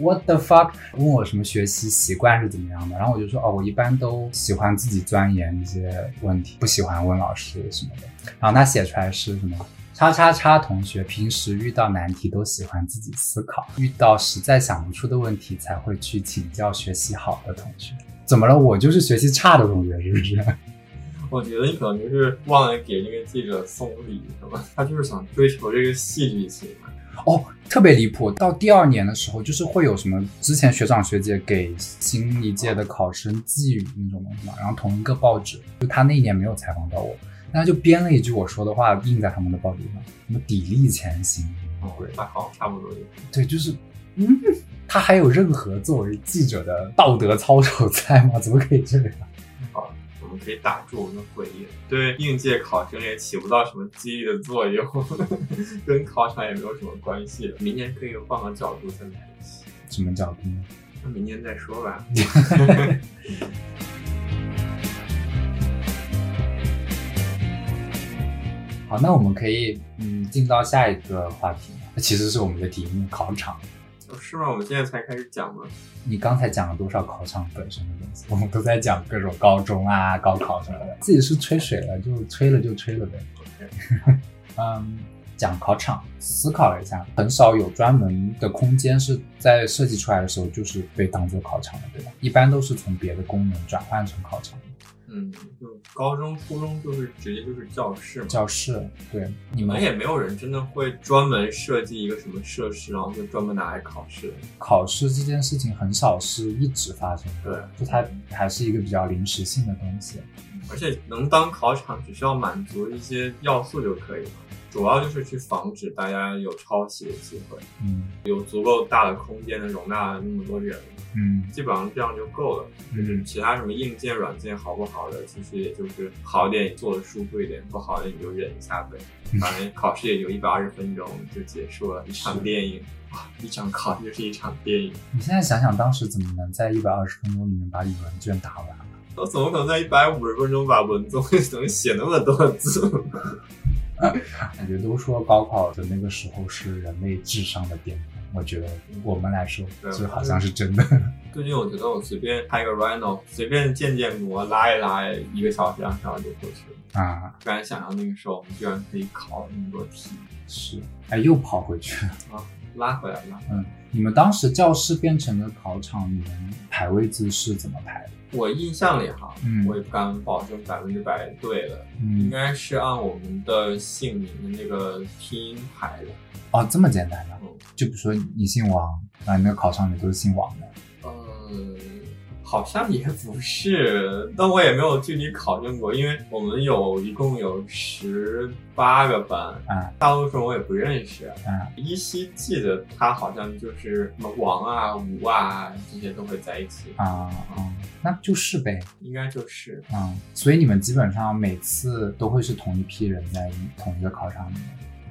Speaker 1: What the fuck？问我什么学习习惯是怎么样的，然后我就说哦，我一般都喜欢自己钻研一些问题，不喜欢问老师什么的。然后他写出来是什么？叉叉叉同学平时遇到难题都喜欢自己思考，遇到实在想不出的问题才会去请教学习好的同学。怎么了？我就是学习差的同学，是不是？
Speaker 2: 我觉得你可能就是忘了给这个记者送礼，是吧？他就是想追求这个戏剧性嘛。
Speaker 1: 哦，特别离谱。到第二年的时候，就是会有什么之前学长学姐给新一届的考生寄语那种东西嘛，然后同一个报纸，就他那一年没有采访到我，但他就编了一句我说的话印在他们的报纸上，什么砥砺前行，什么鬼
Speaker 2: 哦那好，差不多就
Speaker 1: 对，就是，嗯，他还有任何作为记者的道德操守在吗？怎么可以这样？
Speaker 2: 我们可以打住我们的回忆，对应届考生也起不到什么激励的作用， 跟考场也没有什么关系。明年可以换个角度再来一期，
Speaker 1: 什么角度呢？
Speaker 2: 那明年再说吧。
Speaker 1: 好，那我们可以嗯进到下一个话题，其实是我们的题目——考场。
Speaker 2: 哦是吗？我们现在才开始讲吗？
Speaker 1: 你刚才讲了多少考场本身的东西？我们都在讲各种高中啊、高考什么的，自己是吹水了就吹了就吹了呗。 嗯，讲考场，思考了一下，很少有专门的空间是在设计出来的时候就是被当做考场的，对吧？一般都是从别的功能转换成考场，
Speaker 2: 嗯，就高中、初中就是直接就是教室嘛。
Speaker 1: 教室。对，你
Speaker 2: 你
Speaker 1: 们
Speaker 2: 们也没有人真的会专门设计一个什么设施，然后就专门拿来考试。
Speaker 1: 考试这件事情很少是一直发生的，
Speaker 2: 对
Speaker 1: 就它还是一个比较临时性的东西。
Speaker 2: 而且能当考场，只需要满足一些要素就可以了。主要就是去防止大家有抄袭的机会，
Speaker 1: 嗯
Speaker 2: 有足够大的空间能容纳那么多人，
Speaker 1: 嗯
Speaker 2: 基本上这样就够了。
Speaker 1: 嗯，
Speaker 2: 其他什么硬件、软件好不好的，其实也就是好一点，你做的舒服一点；不好的你就忍一下呗。反正考试也就一百二十分钟就结束了，一场电影，哇，一场考试就是一场电影。
Speaker 1: 你现在想想当时怎么能在一百二十分钟里面把语文卷答完？
Speaker 2: 我怎么可能在一百五十分钟把文综 能写那么多字？
Speaker 1: 啊感觉都说高考的那个时候是人类智商的巅峰，我觉得我们来说，
Speaker 2: 对啊
Speaker 1: 这好像是真的。
Speaker 2: 最近我觉得我随便拍个 Rhino，随便建建模拉一拉，一个小时两小时就过去了。
Speaker 1: 啊，
Speaker 2: 不敢想象那个时候我们居然可以考那么多题，
Speaker 1: 是，哎，又跑回去了。
Speaker 2: 拉回来了。
Speaker 1: 你们当时教室变成了考场，你们排位置是怎么排的？
Speaker 2: 我印象里哈，
Speaker 1: 嗯
Speaker 2: 我也不敢保证百分之百对了，应
Speaker 1: 嗯，
Speaker 2: 该是按我们的姓名的那个拼音排的。
Speaker 1: 哦，这么简单的
Speaker 2: 嗯，
Speaker 1: 就比如说你姓王，啊，那个考场里都是姓王的。
Speaker 2: 嗯，好像也不是，但我也没有具体考证过，因为我们有一共有十八个班，
Speaker 1: 嗯
Speaker 2: 大多数我也不认识。
Speaker 1: 嗯
Speaker 2: 依稀记得他好像就是什么王啊、吴啊这些都会在一起，
Speaker 1: 啊、嗯，那就是呗，
Speaker 2: 应该就是
Speaker 1: 啊、所以你们基本上每次都会是同一批人在同一个考场里面，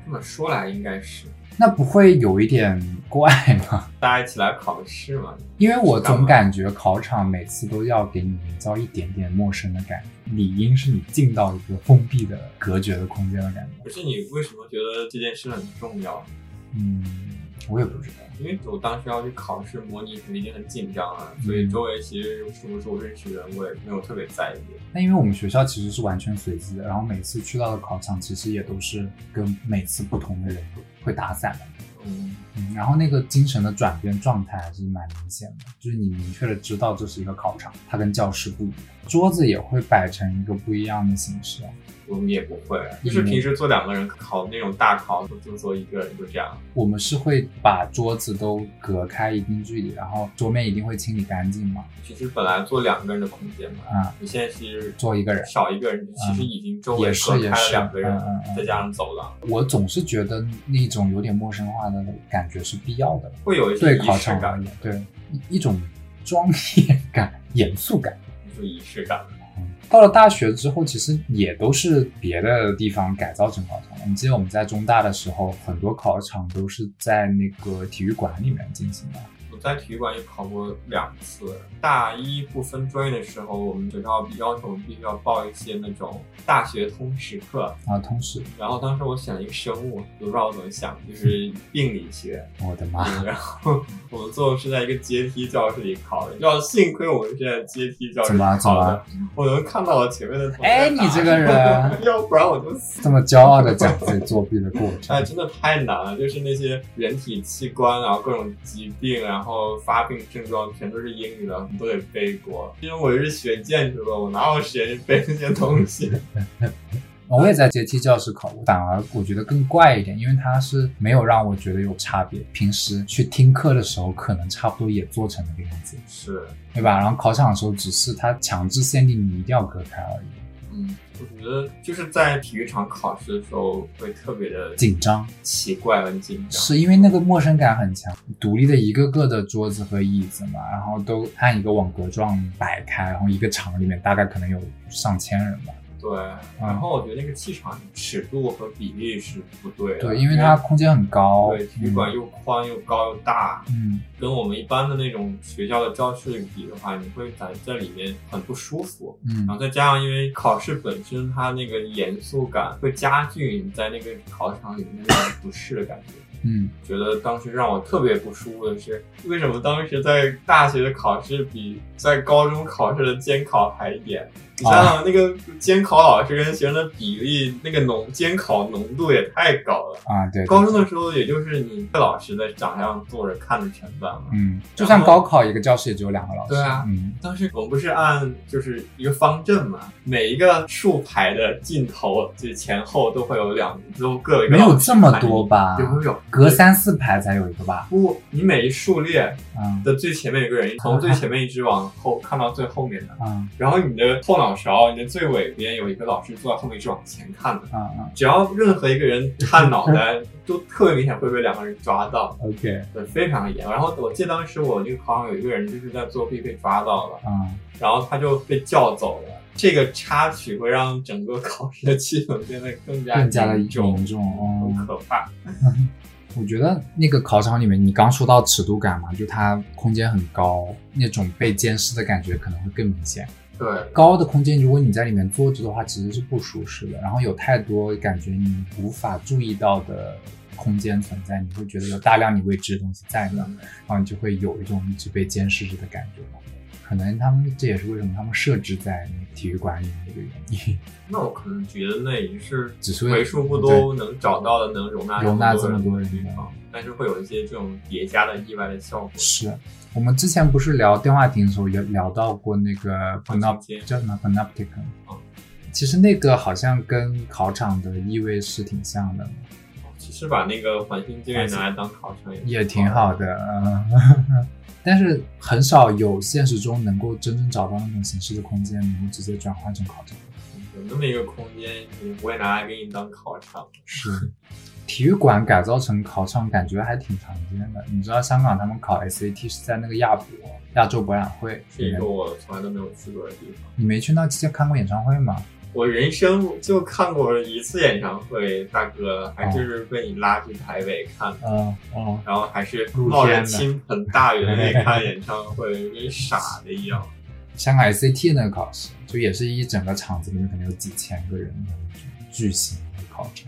Speaker 2: 这么说来应该是
Speaker 1: 那不会有一点怪吗？
Speaker 2: 大家一起来考个试嘛。
Speaker 1: 因为我总感觉考场每次都要给你营造一点点陌生的感觉，理应是你进到一个封闭的隔绝的空间的感觉。
Speaker 2: 可是你为什么觉得这件事很重要？
Speaker 1: 嗯，我也不知道。
Speaker 2: 因为我当时要去考试模拟，肯定很紧张啊，所
Speaker 1: 嗯
Speaker 2: 以周围其实是不是我认识的人，我也没有特别在意。
Speaker 1: 那因为我们学校其实是完全随机的，然后每次去到的考场其实也都是跟每次不同的人会打散的。
Speaker 2: 嗯，
Speaker 1: 嗯，然后那个精神的转变状态还是蛮明显的，就是你明确的知道这是一个考场，它跟教室不一样，桌子也会摆成一个不一样的形式啊。
Speaker 2: 我们也不会，
Speaker 1: 嗯
Speaker 2: 就是平时坐两个人考那种大考，就坐一个人，就这样。
Speaker 1: 我们是会把桌子都隔开一定距离，然后桌面一定会清理干净嘛。
Speaker 2: 其实本来坐两个人的空间嘛，
Speaker 1: 啊、
Speaker 2: 你现在其实
Speaker 1: 坐一个人嗯
Speaker 2: 少一个人，其实已经周围
Speaker 1: 也
Speaker 2: 隔
Speaker 1: 是
Speaker 2: 开
Speaker 1: 也
Speaker 2: 了
Speaker 1: 是
Speaker 2: 两个人，
Speaker 1: 嗯嗯嗯
Speaker 2: 再加上走廊，
Speaker 1: 我总是觉得那种有点陌生化的感觉是必要的，
Speaker 2: 会有一些
Speaker 1: 对
Speaker 2: 仪
Speaker 1: 考
Speaker 2: 式
Speaker 1: 场而
Speaker 2: 感，
Speaker 1: 言，对一一种庄严感、严肃感。
Speaker 2: 就仪式感。
Speaker 1: 到了大学之后，其实也都是别的地方改造成考场。我们记得我们在中大的时候，很多考场都是在那个体育馆里面进行的。
Speaker 2: 我在体育馆也考过两次。大一不分专业的时候，我们学校要求我们必须要报一些那种大学通识课。
Speaker 1: 啊，同时，
Speaker 2: 然后当时我选了一个生物，我不知道我怎么想，就是病理学。
Speaker 1: 我的妈，
Speaker 2: 然后我们最后是在一个阶梯教室里考的，要幸亏我们是在阶梯教室
Speaker 1: 怎么啊了怎
Speaker 2: 考
Speaker 1: 么
Speaker 2: 的
Speaker 1: 了，
Speaker 2: 我能看到我前面的同学。
Speaker 1: 哎，你这个，人
Speaker 2: 要不然我就 死。
Speaker 1: 这么骄傲的讲自己作弊的过
Speaker 2: 哎，
Speaker 1: 程，
Speaker 2: 真的太难了，就是那些人体器官，然后各种疾病，然后发病症状，全都是英语的，你都得背过。因为我是学建筑的，我哪有时间背那些东西？
Speaker 1: 哦我也在阶梯教室考过，反而我觉得更怪一点，因为它是没有让我觉得有差别。平时去听课的时候，可能差不多也做成那个样子，
Speaker 2: 是，
Speaker 1: 对吧？然后考场的时候，只是它强制限定你一定要隔开而已，
Speaker 2: 嗯，我觉得就是在体育场考试的时候会特别的
Speaker 1: 紧张。
Speaker 2: 奇怪和紧张。
Speaker 1: 是因为那个陌生感很强，独立的一个个的桌子和椅子嘛，然后都按一个网格状摆开，然后一个场里面大概可能有上千人吧。
Speaker 2: 对，
Speaker 1: 嗯
Speaker 2: 然后我觉得那个气场尺度和比例是不对的。
Speaker 1: 对，因为它空间很高，
Speaker 2: 对体育馆又宽又高又大，
Speaker 1: 嗯，
Speaker 2: 跟我们一般的那种学校的教室比的话，你会感觉在里面很不舒服。
Speaker 1: 嗯嗯
Speaker 2: 然后再加上，因为考试本身它那个严肃感会加剧你在那个考场里面那种不适的感觉。
Speaker 1: 嗯，
Speaker 2: 觉得当时让我特别不舒服的是，为什么当时在大学的考试比在高中考试的监考还严？你想想，那个监考老师跟学生的比例，那个浓监考浓度也太高了。
Speaker 1: 啊，对，对
Speaker 2: 高中的时候，也就是你一个老师在讲台上坐着看着全班嘛。
Speaker 1: 嗯，就算高考一个教室也只有两个老师，
Speaker 2: 对啊
Speaker 1: 嗯，
Speaker 2: 当时我们不是按就是一个方阵嘛，每一个竖排的尽头，就是前后都会有两，都各有一个
Speaker 1: 没有
Speaker 2: 老师
Speaker 1: 这么
Speaker 2: 看着
Speaker 1: 多
Speaker 2: 你？
Speaker 1: 吧？
Speaker 2: 有有有，
Speaker 1: 隔三四排才有一个吧？
Speaker 2: 不，你每一竖列
Speaker 1: 嗯
Speaker 2: 的最前面有个人，从最前面一直往后看到最后面的，
Speaker 1: 嗯
Speaker 2: 然后你的后脑勺，你的最尾边有一个老师坐在后面一直往前看的。
Speaker 1: 嗯嗯
Speaker 2: 只要任何一个人探脑袋，都特别明显会被两个人抓到，
Speaker 1: ，OK，
Speaker 2: 对，非常严。然后我记得当时我那个考场有一个人就是在作弊被抓到了，
Speaker 1: 嗯，
Speaker 2: 然后他就被叫走了。这个插曲会让整个考试的气氛变得更加
Speaker 1: 更加的
Speaker 2: 凝重
Speaker 1: 凝重哦
Speaker 2: 很可怕。
Speaker 1: 我觉得那个考场里面，你刚说到尺度感嘛，就它空间很高，那种被监视的感觉可能会更明显。
Speaker 2: 对，
Speaker 1: 高的空间，如果你在里面坐着的话，其实是不舒适的。然后有太多感觉你无法注意到的空间存在，你会觉得有大量你未知的东西在那，然后你就会有一种一直被监视着的感觉嘛。可能他们这也是为什么他们设置在那个体育馆里面的一个原因，
Speaker 2: 那我可能觉得那已经是
Speaker 1: 只是
Speaker 2: 为数不多能找到的能容纳
Speaker 1: 容纳这么
Speaker 2: 多
Speaker 1: 多人
Speaker 2: 的地方，但是会有一些这种叠加的意外的效果。
Speaker 1: 是我们之前不是聊电话亭的时候也聊到过那个
Speaker 2: 放
Speaker 1: panop
Speaker 2: 晴天
Speaker 1: 叫什么 panopticon，
Speaker 2: 嗯
Speaker 1: 其实那个好像跟考场的意味是挺像的，
Speaker 2: 其实把那个环形街拿来当考场
Speaker 1: 也挺好。的，嗯， 但是很少有现实中能够真正找到那种形式的空间，能够直接转换成考场。
Speaker 2: 有那么一个空间，你不会拿来给你当考场。
Speaker 1: 是，体育馆改造成考场，感觉还挺常见的。你知道香港他们考 SAT 是在那个亚博亚洲博览会
Speaker 2: 是
Speaker 1: 里
Speaker 2: 一
Speaker 1: 面
Speaker 2: 个，我从来都没有去过的地方。
Speaker 1: 你没去那期间看过演唱会吗？
Speaker 2: 我人生就看过一次演唱会，大哥，
Speaker 1: 哦
Speaker 2: 还就是被你拉去台北看的，
Speaker 1: 嗯哦，
Speaker 2: 然后还是
Speaker 1: 露
Speaker 2: 冒着
Speaker 1: 天的
Speaker 2: 倾盆大雨的那 看演唱会，跟傻的一样。
Speaker 1: 香港 SAT 那个考试，就也是一整个场子里面可能有几千个人的那种巨型的考场。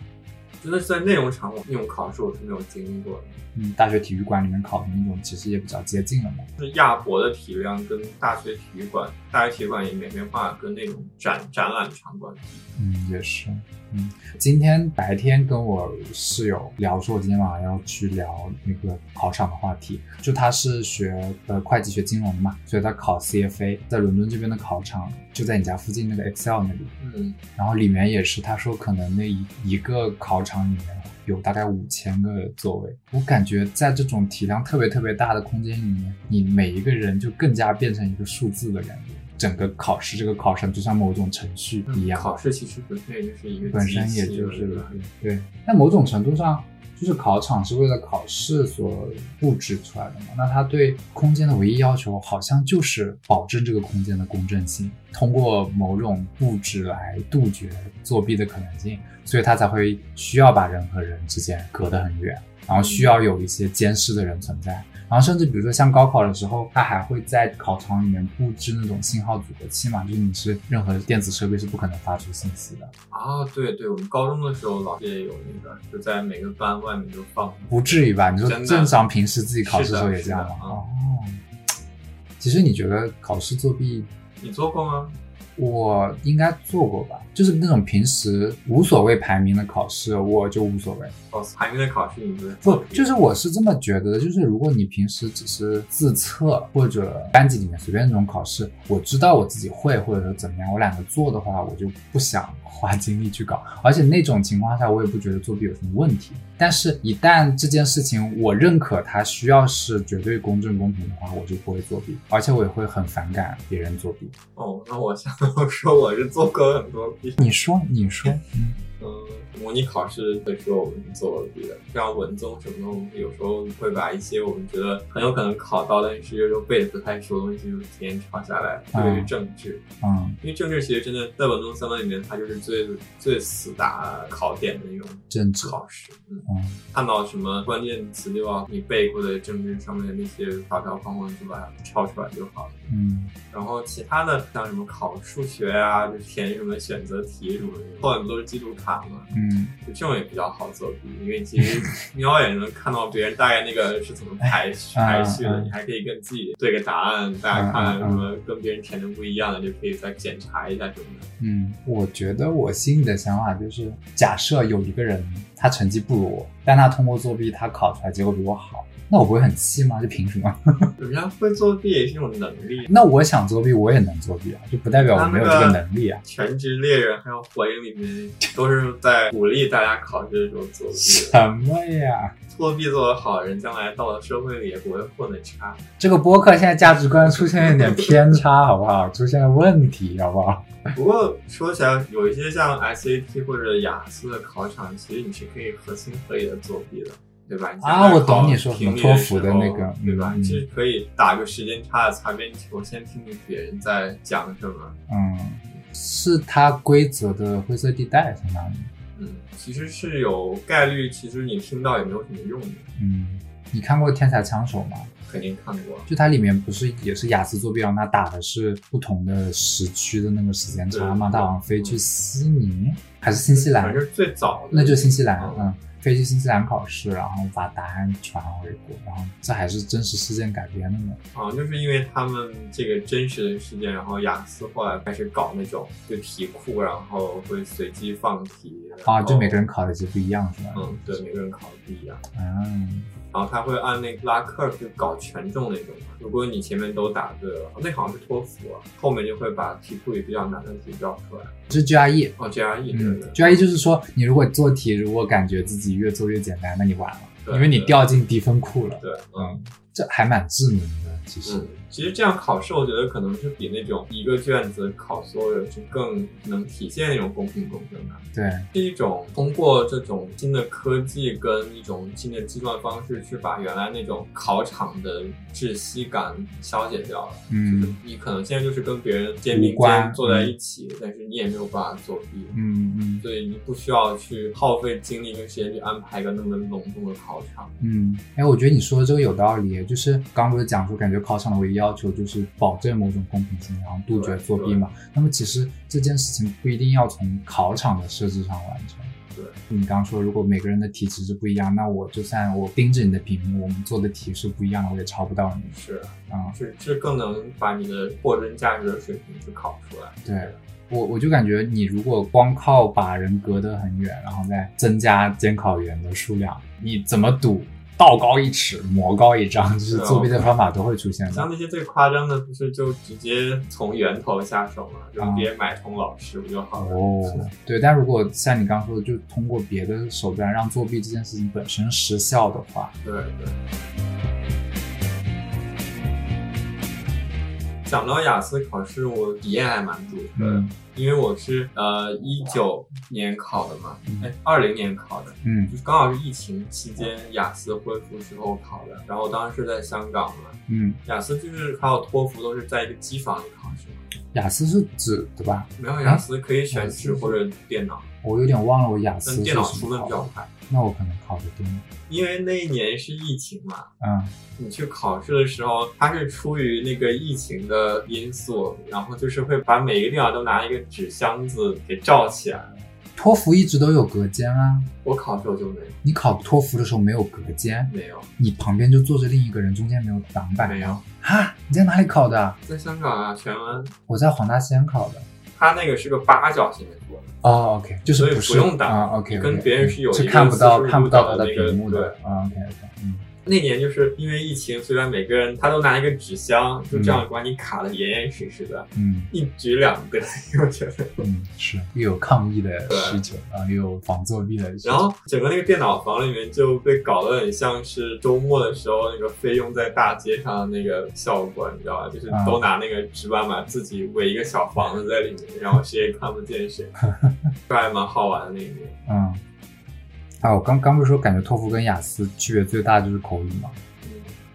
Speaker 2: 真的是在那种场合，那种考试我是没有经历过的。
Speaker 1: 嗯，大学体育馆里面考的那种，其实也比较接近了嘛。
Speaker 2: 就是亚博的体育量跟大学体育馆，大学体育馆也没没办法跟那种展展览场馆比。
Speaker 1: 嗯，也是。今天白天跟我室友聊，说我今天晚上要去聊那个考场的话题。就他是学呃会计学金融的嘛，所以他考 CFA，在伦敦这边的考场就在你家附近那个 Excel 那里。
Speaker 2: 嗯，
Speaker 1: 然后里面也是，他说可能那一一个考场里面有大概五千个座位。我感觉在这种体量特别特别大的空间里面，你每一个人就更加变成一个数字的感觉。整个考试这个考场就像某种程序一样，
Speaker 2: 嗯考试其实本身也就是一个
Speaker 1: 本身
Speaker 2: 机器
Speaker 1: 也就是
Speaker 2: 了对吧
Speaker 1: 对。但某种程度上，就是考场是为了考试所布置出来的嘛。那它对空间的唯一要求，好像就是保证这个空间的公正性，通过某种布置来杜绝作弊的可能性，所以它才会需要把人和人之间隔得很远，然后需要有一些监视的人存在。然后甚至比如说像高考的时候，它还会在考场里面布置那种信号阻隔器嘛，就是你是任何电子设备是不可能发出信息的。
Speaker 2: 啊，对对，我们高中的时候老师也有那个，就在每个班外面就放。
Speaker 1: 不至于吧？你说
Speaker 2: 真的
Speaker 1: 正常平时自己考试的时候也这样吗
Speaker 2: 是？的是的嗯
Speaker 1: 哦，其实你觉得考试作弊，
Speaker 2: 你做过吗？
Speaker 1: 我应该做过吧？就是那种平时无所谓排名的考试，我就无所谓。
Speaker 2: 考排哦名的考试，你觉得
Speaker 1: 不，就是我是这么觉得的，就是如果你平时只是自测或者班级里面随便那种考试，我知道我自己会或者说怎么样，我懒得做的话，我就不想花精力去搞。而且那种情况下，我也不觉得作弊有什么问题。但是，一旦这件事情我认可它需要是绝对公正公平的话，我就不会作弊，而且我也会很反感别人作弊。
Speaker 2: 哦，那我想说我是做过很多弊。
Speaker 1: 你说，你说，嗯，
Speaker 2: 嗯，模拟考试的时候我们做过弊的，像文综什么的，我们有时候会把一些我们觉得很有可能考到，但是又背的不太熟的东西，就提前抄下来，特
Speaker 1: 啊
Speaker 2: 别是政治，
Speaker 1: 嗯
Speaker 2: 因为政治其实真的在文综三班里面，它就是最最死打考点的那种
Speaker 1: 政治
Speaker 2: 考试。嗯，
Speaker 1: 嗯
Speaker 2: 看到什么关键词就要你背过的政治上面的那些条条框框，就把它抄出来就好了。
Speaker 1: 嗯
Speaker 2: 然后其他的像什么考数学啊，就填什么选择题什么的，后面不都是基础卡吗？
Speaker 1: 嗯，
Speaker 2: 就这种也比较好作弊，因为其实 瞄也能看到别人大概那个是怎么排序
Speaker 1: 嗯
Speaker 2: 排序的，
Speaker 1: 嗯
Speaker 2: 你还可以跟自己对个答案，大家
Speaker 1: 嗯
Speaker 2: 看
Speaker 1: 嗯
Speaker 2: 什么跟别人填的不一样的，就可以再检查一下什么的。
Speaker 1: 嗯，我觉得我心里的想法就是，假设有一个人他成绩不如我，但他通过作弊他考出来结果比我好，那我不会很气吗？就凭什么？
Speaker 2: 人家会作弊也是一种能力。
Speaker 1: 那我想作弊我也能作弊啊，就不代表我没有这个能力啊。
Speaker 2: 全职猎人还有火影里 面都是在鼓励大家考试的时候作弊的，
Speaker 1: 什么呀？
Speaker 2: 作弊做得好的人，将来到了社会里也不会混得差。
Speaker 1: 这个播客现在价值观出现了一点偏差，好不好？出现了问题，好不好？
Speaker 2: 不过说起来，有一些像 SAT 或者雅思的考场，其实你是可以合情合理的作弊的，对吧？你
Speaker 1: 啊
Speaker 2: 像
Speaker 1: 我懂
Speaker 2: 考
Speaker 1: 你说什么
Speaker 2: 评理
Speaker 1: 托福
Speaker 2: 的
Speaker 1: 的
Speaker 2: 时候
Speaker 1: 那个
Speaker 2: 对吧？
Speaker 1: 嗯
Speaker 2: 你是可以打个时间差的擦边球，先听听别人在讲什么。
Speaker 1: 嗯，是它规则的灰色地带，相当于。
Speaker 2: 嗯，其实是有概率，其实你听到也没有什么用的，
Speaker 1: 嗯，你看过《天才枪手》吗？
Speaker 2: 肯定看过。
Speaker 1: 就它里面不是也是雅思作弊，让他打的是不同的时区的那个时间差吗？
Speaker 2: 对
Speaker 1: 他好像飞去悉尼还是新西兰
Speaker 2: 反，正最早的
Speaker 1: 那就新西兰，
Speaker 2: 嗯
Speaker 1: 嗯，飞去新西兰考试，然后把答案传回国，然后这还是真实事件改编的呢。
Speaker 2: 啊，就是因为他们这个真实的事件，然后雅思后来开始搞那种就题库，然后会随机放题
Speaker 1: 啊，就每个
Speaker 2: 人
Speaker 1: 人考的其实不一样，是吧？
Speaker 2: 嗯，对，每个人考的不一样。
Speaker 1: 嗯，
Speaker 2: 然后他会按那个拉克尔就搞权重那种嘛。如果你前面都答对了，那好像是托福、啊，后面就会把题库里比较难的题标出来。
Speaker 1: 这是 GRE，
Speaker 2: 哦，GRE 对
Speaker 1: 嗯
Speaker 2: 对，
Speaker 1: ，GRE 就是说你如果做题，如果感觉自己越做越简单，那你完了，
Speaker 2: 对
Speaker 1: 因为你掉进低分库了。
Speaker 2: 对，嗯
Speaker 1: 这还蛮智能的，其实。
Speaker 2: 嗯。其实这样考试，我觉得可能是比那种一个卷子考所有人，就更能体现那种公平公正的。
Speaker 1: 对，
Speaker 2: 是一种通过这种新的科技跟一种新的计算方式，去把原来那种考场的窒息感消解掉了。
Speaker 1: 嗯
Speaker 2: 就是你可能现在就是跟别人肩并
Speaker 1: 无关
Speaker 2: 肩坐在一起，但是你也没有办法作弊，
Speaker 1: 嗯嗯
Speaker 2: 所以你不需要去耗费精力跟时间去安排一个那么隆重的考场。
Speaker 1: 嗯，哎，我觉得你说的这个有道理，就是刚不是讲说，感觉考场的唯一要求就是保证某种公平性，然后杜绝作弊嘛。那么其实这件事情不一定要从考场的设置上完成。
Speaker 2: 对，
Speaker 1: 你刚说如果每个人的题质是不一样，那我就算我盯着你的屏幕，我们做的题是不一样的，我也抄不到你
Speaker 2: 是，
Speaker 1: 啊、
Speaker 2: 这这更能把你的货真价实的水平去考出来。
Speaker 1: 对，我我就感觉你如果光靠把人隔得很远，然后再增加监考员的数量，你怎么赌？道高一尺，魔高一丈，就是
Speaker 2: 对啊
Speaker 1: 作弊的方法都会出现的
Speaker 2: 像。那些最夸张的，不是就直接从源头下手嘛，就
Speaker 1: 啊
Speaker 2: 直接买通老师不就好了？
Speaker 1: 哦，对，但如果像你刚说的，就通过别的手段让作弊这件事情本身失效的话，
Speaker 2: 对对。讲到雅思考试，我体验还蛮独特的，
Speaker 1: 嗯
Speaker 2: 因为我是呃一九年考的嘛
Speaker 1: 嗯，
Speaker 2: 哎二零年考的，
Speaker 1: 嗯
Speaker 2: 就是刚好是疫情期间雅思恢复之后考的，然后我当时在香港嘛，
Speaker 1: 嗯，
Speaker 2: 雅思就是还有托福都是在一个机房里考试嘛，
Speaker 1: 雅思是指对吧？
Speaker 2: 没有雅思可以选纸
Speaker 1: 嗯
Speaker 2: 或者电脑，
Speaker 1: 我有点忘了我雅思
Speaker 2: 但
Speaker 1: 是
Speaker 2: 电
Speaker 1: 什
Speaker 2: 脑
Speaker 1: 么
Speaker 2: 出问比较
Speaker 1: 考的，
Speaker 2: 快，
Speaker 1: 那我可能考的多。
Speaker 2: 因为那一年是疫情嘛，
Speaker 1: 嗯
Speaker 2: 你去考试的时候，它是出于那个疫情的因素，然后就是会把每一个地方都拿一个纸箱子给罩起来。
Speaker 1: 托福一直都有隔间啊，
Speaker 2: 我考的时候就没
Speaker 1: 你考托福的时候没有隔间，
Speaker 2: 没有
Speaker 1: 你旁边就坐着另一个人，中间没有挡板。
Speaker 2: 没有，
Speaker 1: 哈，你在哪里考的？
Speaker 2: 在香港啊，全文
Speaker 1: 我在黄大仙考的。
Speaker 2: 它那个是个八角形的桌，
Speaker 1: 哦，OK，就是
Speaker 2: 所以
Speaker 1: 不
Speaker 2: 不
Speaker 1: 是
Speaker 2: 用挡
Speaker 1: 啊，OK，
Speaker 2: 你跟别人是有一
Speaker 1: 就
Speaker 2: 个
Speaker 1: 看不到
Speaker 2: 45
Speaker 1: 看不到
Speaker 2: 度
Speaker 1: 他
Speaker 2: 的
Speaker 1: 的
Speaker 2: 那个
Speaker 1: 屏幕的。啊，OK，嗯
Speaker 2: 那年就是因为疫情，虽然每个人他都拿一个纸箱，就这样把你卡的严严实实的，
Speaker 1: 嗯
Speaker 2: 一举两得， 我觉得。
Speaker 1: 嗯，是又有抗议的
Speaker 2: 对
Speaker 1: 需求，然后又有防作弊的需求。
Speaker 2: 然后整个那个电脑房里面就被搞得很像是周末的时候那个菲佣在大街上的那个效果，你知道吧？就是
Speaker 1: 啊
Speaker 2: 都拿那个纸板板自己围一个小房子在里面，然后谁也看不 见谁，这还蛮好玩的那一面。
Speaker 1: 嗯，啊，我刚刚不是说感觉托福跟雅思区别最大就是口语嘛。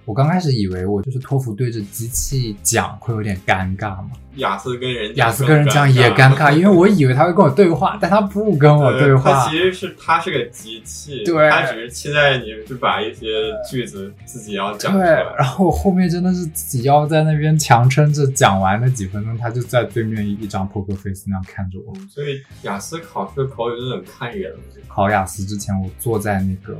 Speaker 1: 我刚开始以为我就是托福对着机器讲会有点尴尬嘛，
Speaker 2: 雅思跟人
Speaker 1: 雅思跟人讲也尴尬，因为我以为他会跟我对话，但他不跟我
Speaker 2: 对它
Speaker 1: 哦话
Speaker 2: 其。实是它是个机器，
Speaker 1: 对
Speaker 2: 它只是期待你就把一些句子自己要讲出
Speaker 1: 对，
Speaker 2: 来。
Speaker 1: 然后我后面真的是自己要在那边强撑着讲完那几分钟，他就在对面一张 poker face 那样看着我。
Speaker 2: 嗯所以雅思考试口语真的很看人，我觉得
Speaker 1: 考雅思之前，我坐在那个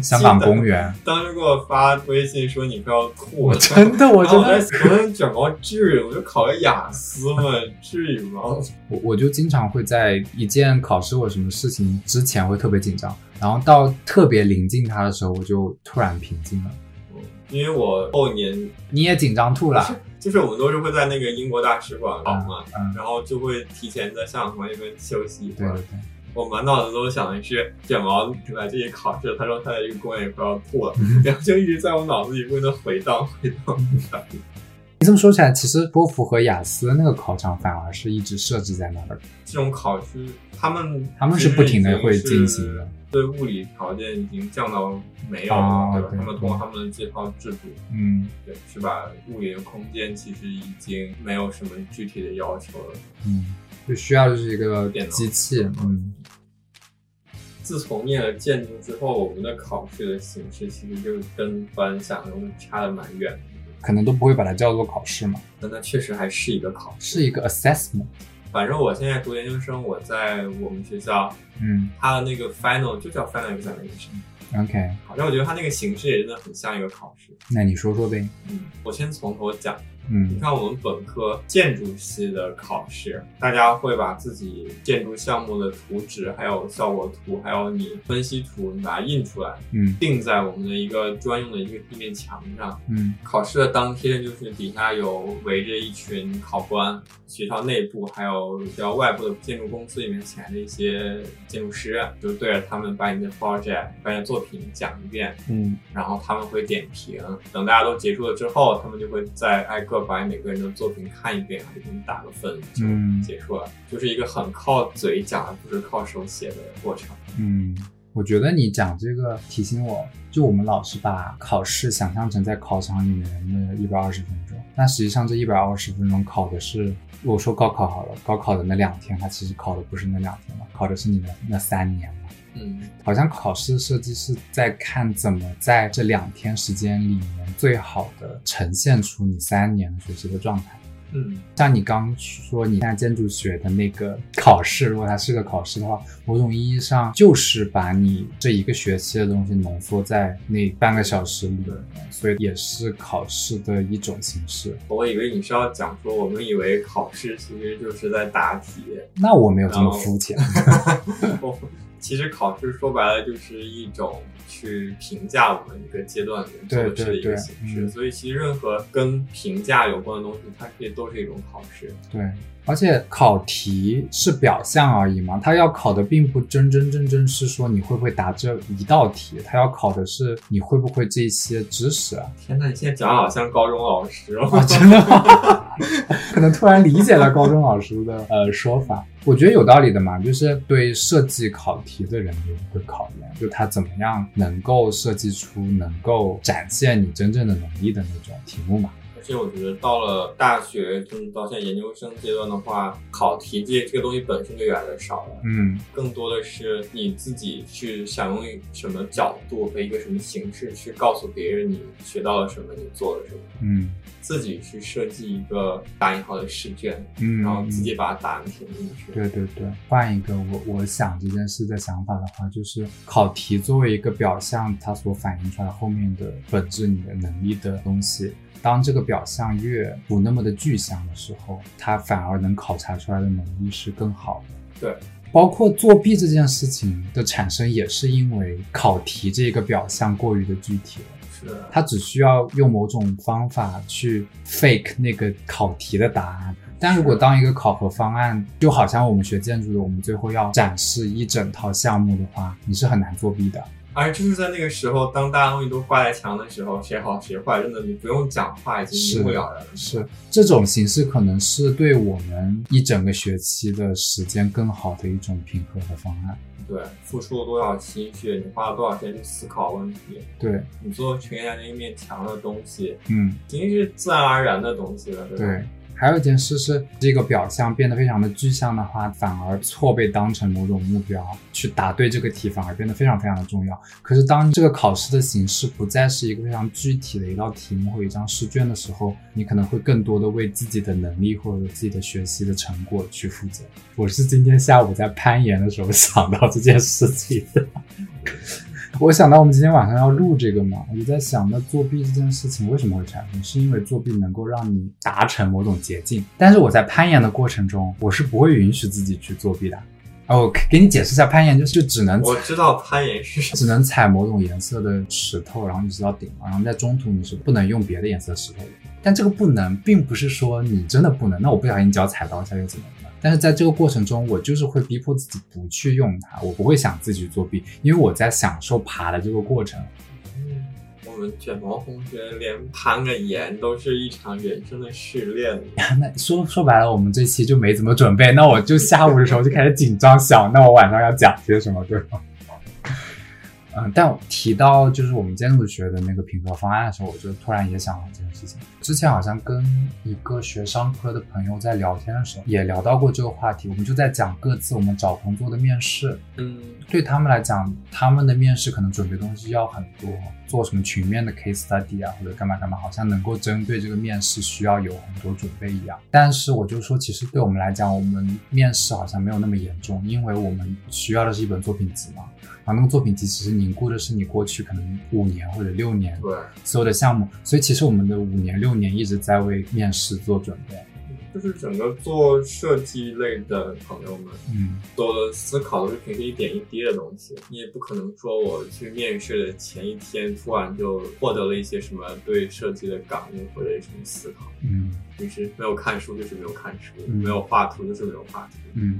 Speaker 1: 香港公园，
Speaker 2: 当时给我发微信说你快要吐
Speaker 1: 我
Speaker 2: 了，
Speaker 1: 真的，我
Speaker 2: 然
Speaker 1: 真
Speaker 2: 后我在
Speaker 1: 的，
Speaker 2: 想，我在卷毛至于，我就考个雅思嘛，至于吗？
Speaker 1: 我我就经常会在一件考试或者什么事情之前会特别紧张，然后到特别临近它的时候，我就突然平静了。
Speaker 2: 因为我后年
Speaker 1: 你也紧张吐了，
Speaker 2: 就是我们都是会在那个英国大使馆考嘛，
Speaker 1: 嗯，
Speaker 2: 然后就会提前在香港房那边休息一会
Speaker 1: 对
Speaker 2: 儿
Speaker 1: 对。对，
Speaker 2: 我满脑子都想的是卷毛来这里考试，他说他在一个公园里快要 吐了，然后就一直在我脑子里不断地回荡回荡回荡。
Speaker 1: 你这么说起来，其实托福和雅思那个考场反而是一直设置在那儿的，
Speaker 2: 这种考试，他们
Speaker 1: 他们是不停地会进行的，
Speaker 2: 对物理条件已经降到没有了，
Speaker 1: 哦
Speaker 2: 对吧？
Speaker 1: 对
Speaker 2: 他们通过他们的这套制度，
Speaker 1: 嗯
Speaker 2: 对，是把物理的空间其实已经没有什么具体的要求了。
Speaker 1: 嗯，就需要就是一个
Speaker 2: 电脑
Speaker 1: 机器，嗯
Speaker 2: 自从念了建筑之后，我们的考试的形式其实就跟班想象中差的蛮远的。
Speaker 1: 可能都不会把它叫做考试嘛，
Speaker 2: 但它确实还是一个考试。
Speaker 1: 是一个 assessment，
Speaker 2: 反正我现在读研究生，我在我们学校，
Speaker 1: 嗯
Speaker 2: 它的那个 final 就叫 final examination，
Speaker 1: ，OK，
Speaker 2: 好像我觉得它那个形式也真的很像一个考试。
Speaker 1: 那你说说呗，
Speaker 2: 嗯，我先从头讲。你
Speaker 1: 嗯
Speaker 2: 看，我们本科建筑系的考试，大家会把自己建筑项目的图纸、还有效果图、还有你分析图，你把它印出来，
Speaker 1: 嗯
Speaker 2: 钉在我们的一个专用的一个地面墙上。
Speaker 1: 嗯
Speaker 2: 考试的当天，就是底下有围着一群考官，学校内部还有学校外部的建筑公司里面请来的一些建筑师，就对着他们把你的 project、把你的作品讲一遍，
Speaker 1: 嗯
Speaker 2: 然后他们会点评，等大家都结束了之后，他们就会再挨个把每个人的作品看一遍，然后给他们打个分，就
Speaker 1: 嗯
Speaker 2: 结束了。就是一个很靠嘴讲，而不是靠手写的过程。
Speaker 1: 嗯，我觉得你讲这个提醒我，就我们老是把考试想象成在考场里面的一百二十分钟，但实际上这一百二十分钟考的是，我说高考好了，高考的那两天，它其实考的不是那两天嘛，考的是你的那三年嘛。
Speaker 2: 嗯，
Speaker 1: 好像考试的设计是在看怎么在这两天时间里面最好的呈现出你三年的学习的状态。
Speaker 2: 嗯，
Speaker 1: 像你刚说你看建筑学的那个考试，如果它是个考试的话，某种意义上就是把你这一个学期的东西浓缩在那半个小时里，所以也是考试的一种形式。
Speaker 2: 我以为你是要讲说，我们以为考试其实就是在答题，
Speaker 1: 那我没有这么肤浅，
Speaker 2: 我 其实考试说白了就是一种去评价我们一个阶段人做
Speaker 1: 对
Speaker 2: 的事的一
Speaker 1: 对对
Speaker 2: 个形式，
Speaker 1: 嗯
Speaker 2: 所以其实任何跟评价有关的东西，它可以都是一种考试。
Speaker 1: 对。而且考题是表象而已嘛，它要考的并不真真正正是说你会不会答这一道题，它要考的是你会不会这些知识啊。
Speaker 2: 天呐，你现在讲得好像高中老师哦。
Speaker 1: 啊，真的吗？ 可能突然理解了高中老师的 呃说法，我觉得有道理的嘛，就是对设计考题的人有一个考验，就他怎么样能够设计出能够展现你真正的能力的那种题目嘛。
Speaker 2: 而且我觉得到了大学，甚至到现在研究生阶段的话，考题这这个东西本身就越来越少了，
Speaker 1: 嗯，
Speaker 2: 更多的是你自己去想用什么角度和一个什么形式去告诉别人你学到了什么，你做了什么，
Speaker 1: 嗯
Speaker 2: 自己去设计一个打引号的试卷，
Speaker 1: 嗯，
Speaker 2: 然后自己把答案填进去。
Speaker 1: 对对对，换一个我我想这件事的想法的话，就是考题作为一个表象，它所反映出来后面的本质，你的能力的东西。当这个表象越不那么的具象的时候，它反而能考察出来的能力是更好的。
Speaker 2: 对，
Speaker 1: 包括作弊这件事情的产生，也是因为考题这个表象过于的具体了。
Speaker 2: 是的，
Speaker 1: 他只需要用某种方法去 fake 那个考题的答案。但如果当一个考核方案，就好像我们学建筑的，我们最后要展示一整套项目的话，你是很难作弊的。
Speaker 2: 而就是在那个时候，当大家东西都挂在墙的时候，谁好谁坏，真的你不用讲话，已经一目了然了。
Speaker 1: 是这种形式可能是对我们一整个学期的时间更好的一种平衡的方案。
Speaker 2: 对，付出了多少心血，你花了多少时间去思考问题，
Speaker 1: 对，
Speaker 2: 你最后呈现在一面墙的东西，
Speaker 1: 嗯。
Speaker 2: 已经是自然而然的东西了，对吧？
Speaker 1: 对，还有一件事是，这个表象变得非常的具象的话，反而错被当成某种目标去答对这个题，反而变得非常非常的重要。可是当这个考试的形式不再是一个非常具体的一道题目或一张试卷的时候，你可能会更多的为自己的能力或者自己的学习的成果去负责。我是今天下午在攀岩的时候想到这件事情的。 我想到我们今天晚上要录这个嘛，我就在想，那作弊这件事情为什么会产生？是因为作弊能够让你达成某种捷径，但是我在攀岩的过程中，我是不会允许自己去作弊的。哦，我给你解释一下，攀岩就是就只能
Speaker 2: 我知道攀岩是什么，
Speaker 1: 只能踩某种颜色的石头，然后一直到顶嘛，然后在中途你是不能用别的颜色的石头的。但这个不能，并不是说你真的不能。那我不小心脚踩到一下又怎么了？但是在这个过程中，我就是会逼迫自己不去用它，我不会想自己去作弊，因为我在享受爬的这个过程。
Speaker 2: 嗯我们卷毛同学连攀个岩都是一场人生的试炼。
Speaker 1: 那说说白了，我们这期就没怎么准备，那我就下午的时候就开始紧张想，那我晚上要讲些什么，对吧？嗯，但提到就是我们建筑学的那个评核方案的时候，我就突然也想到这件事情。之前好像跟一个学商科的朋友在聊天的时候，也聊到过这个话题，我们就在讲各自我们找工作的面试，
Speaker 2: 嗯，
Speaker 1: 对他们来讲，他们的面试可能准备东西要很多，做什么群面的 case study 啊，或者干嘛干嘛，好像能够针对这个面试需要有很多准备一样。但是我就说，其实对我们来讲，我们面试好像没有那么严重，因为我们需要的是一本作品集嘛。然后那个作品集其实凝固的是你过去可能五年或者六年
Speaker 2: 对，
Speaker 1: 所有的项目，所以其实我们的五年六年一直在为面试做准备。
Speaker 2: 就是整个做设计类的朋友们，
Speaker 1: 嗯，
Speaker 2: 所有的思考都是平时一点一滴的东西，你也不可能说我去面试的前一天突然就获得了一些什么对设计的感悟或者什么思考。
Speaker 1: 嗯
Speaker 2: 平时没有看书就是没有看书，
Speaker 1: 嗯
Speaker 2: 没有画图就是没有画图，
Speaker 1: 嗯。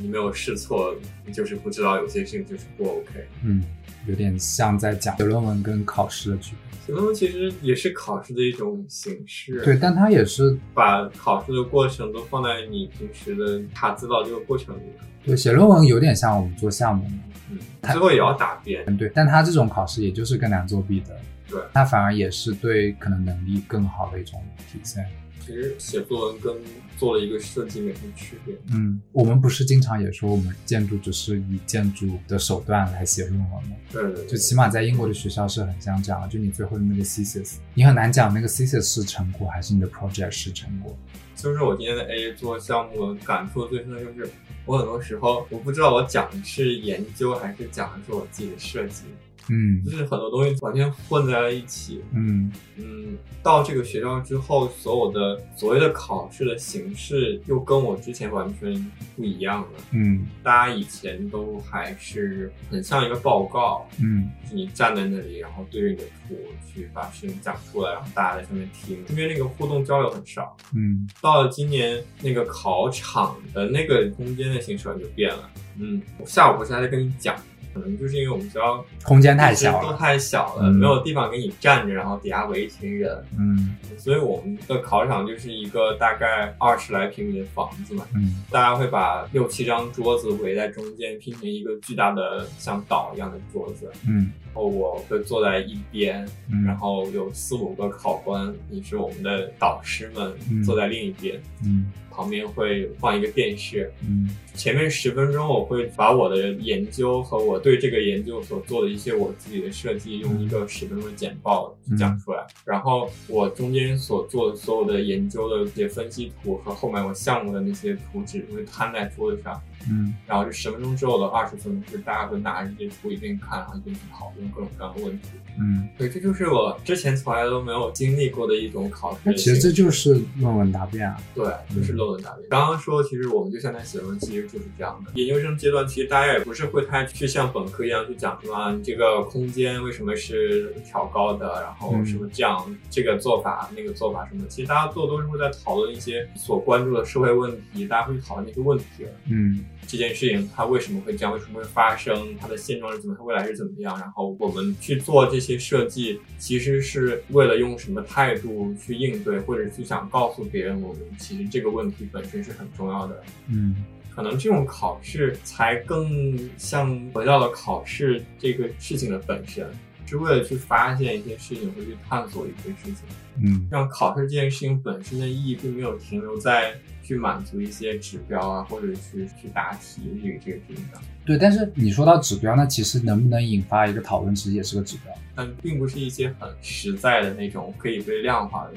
Speaker 2: 你没有试错，你就是不知道有些事情就是不 OK。
Speaker 1: 嗯，有点像在讲写论文跟考试的区别。
Speaker 2: 写论文其实也是考试的一种形式，
Speaker 1: 对，，但它也是
Speaker 2: 把考试的过程都放在你平时的查资料这个过程里面，
Speaker 1: 对写论文有点像我们做项目嘛，
Speaker 2: 嗯，最后也要答辩，
Speaker 1: 对，但它这种考试也就是更难作弊的。
Speaker 2: 对，
Speaker 1: 那反而也是对可能能力更好的一种体现。
Speaker 2: 其实写作文跟做了一个设计没什么区别。
Speaker 1: 嗯，我们不是经常也说我们建筑只是以建筑的手段来写论文吗？
Speaker 2: 对对对，
Speaker 1: 就起码在英国的学校是很像这样的，就你最后的那个 thesis，你很难讲那个 thesis 是成果还是你的 project 是成果。
Speaker 2: 就是我今天的 A 做项目感触最深的就是，我很多时候我不知道我讲的是研究还是讲的是我自己的设计，
Speaker 1: 嗯
Speaker 2: 就是很多东西完全混在了一起。
Speaker 1: 嗯
Speaker 2: 嗯，到这个学校之后，所有的所谓的考试的形式又跟我之前完全不一样了。
Speaker 1: 嗯
Speaker 2: 大家以前都还是很像一个报告，
Speaker 1: 嗯
Speaker 2: 就是你站在那里，然后对着你的图去把事情讲出来，然后大家在上面听，中间那个互动交流很少。
Speaker 1: 嗯
Speaker 2: 到了今年那个考场的那个空间的形式完全变了。嗯，我下午回家再跟你讲，可能就是因为我们学校
Speaker 1: 空间太小
Speaker 2: 都
Speaker 1: 了。
Speaker 2: 太小了，
Speaker 1: 嗯
Speaker 2: 没有地方给你站着，然后底下围一群人，
Speaker 1: 嗯
Speaker 2: 所以我们的考场就是一个大概二十来平米的房子嘛，
Speaker 1: 嗯
Speaker 2: 大家会把六七张桌子围在中间，拼成一个巨大的像岛一样的桌子，
Speaker 1: 嗯
Speaker 2: 然后我会坐在一边，然
Speaker 1: 嗯
Speaker 2: 后有四五个考官，也是我们的导师们
Speaker 1: 嗯
Speaker 2: 坐在另一边。
Speaker 1: 嗯
Speaker 2: 旁边会放一个电视，
Speaker 1: 嗯
Speaker 2: 前面十分钟我会把我的研究和我对这个研究所做的一些我自己的设计，用一个十分钟的简报讲出来。然后我中间所做的所有的研究的一些分析图和后面我项目的那些图纸会摊在桌子上，
Speaker 1: 嗯
Speaker 2: 然后这十分钟之后的二十分钟是大家会拿着这些图一边看，然后一边去讨论各种各样的问题。
Speaker 1: 嗯。
Speaker 2: 对，这就是我之前从来都没有经历过的一种考试
Speaker 1: 那
Speaker 2: 的
Speaker 1: 其
Speaker 2: 形式。
Speaker 1: 实这就是论文答辩啊。
Speaker 2: 对，就是漏文答辩。刚刚说，其实我们就像在写论文，其实就是这样的。研究生阶段，其实大家也不是会太去像本科一样去讲什么啊你这个空间为什么是调高的，然后什么
Speaker 1: 嗯
Speaker 2: 这样、这个做法那个做法什么的。其实大家做都是会在讨论一些所关注的社会问题，大家会去讨论那些问题，
Speaker 1: 嗯
Speaker 2: 这件事情它为什么会这样，为什么会发生，它的现状是怎么，它未来是怎么样。然后我们去做这些设计，其实是为了用什么态度去应对，或者是想告诉别人，我们其实这个问题本身是很重要的。
Speaker 1: 嗯
Speaker 2: 可能这种考试才更像回到了考试这个事情的本身，是为了去发现一些事情，或者去探索一些事情。
Speaker 1: 嗯
Speaker 2: 让考试这件事情本身的意义并没有停留在去满足一些指标啊，或者去去答题这个这个事情上，
Speaker 1: 对。但是你说到指标，那其实能不能引发一个讨论，其实也是个指标。
Speaker 2: 但并不是一些很实在的那种可以被量化的。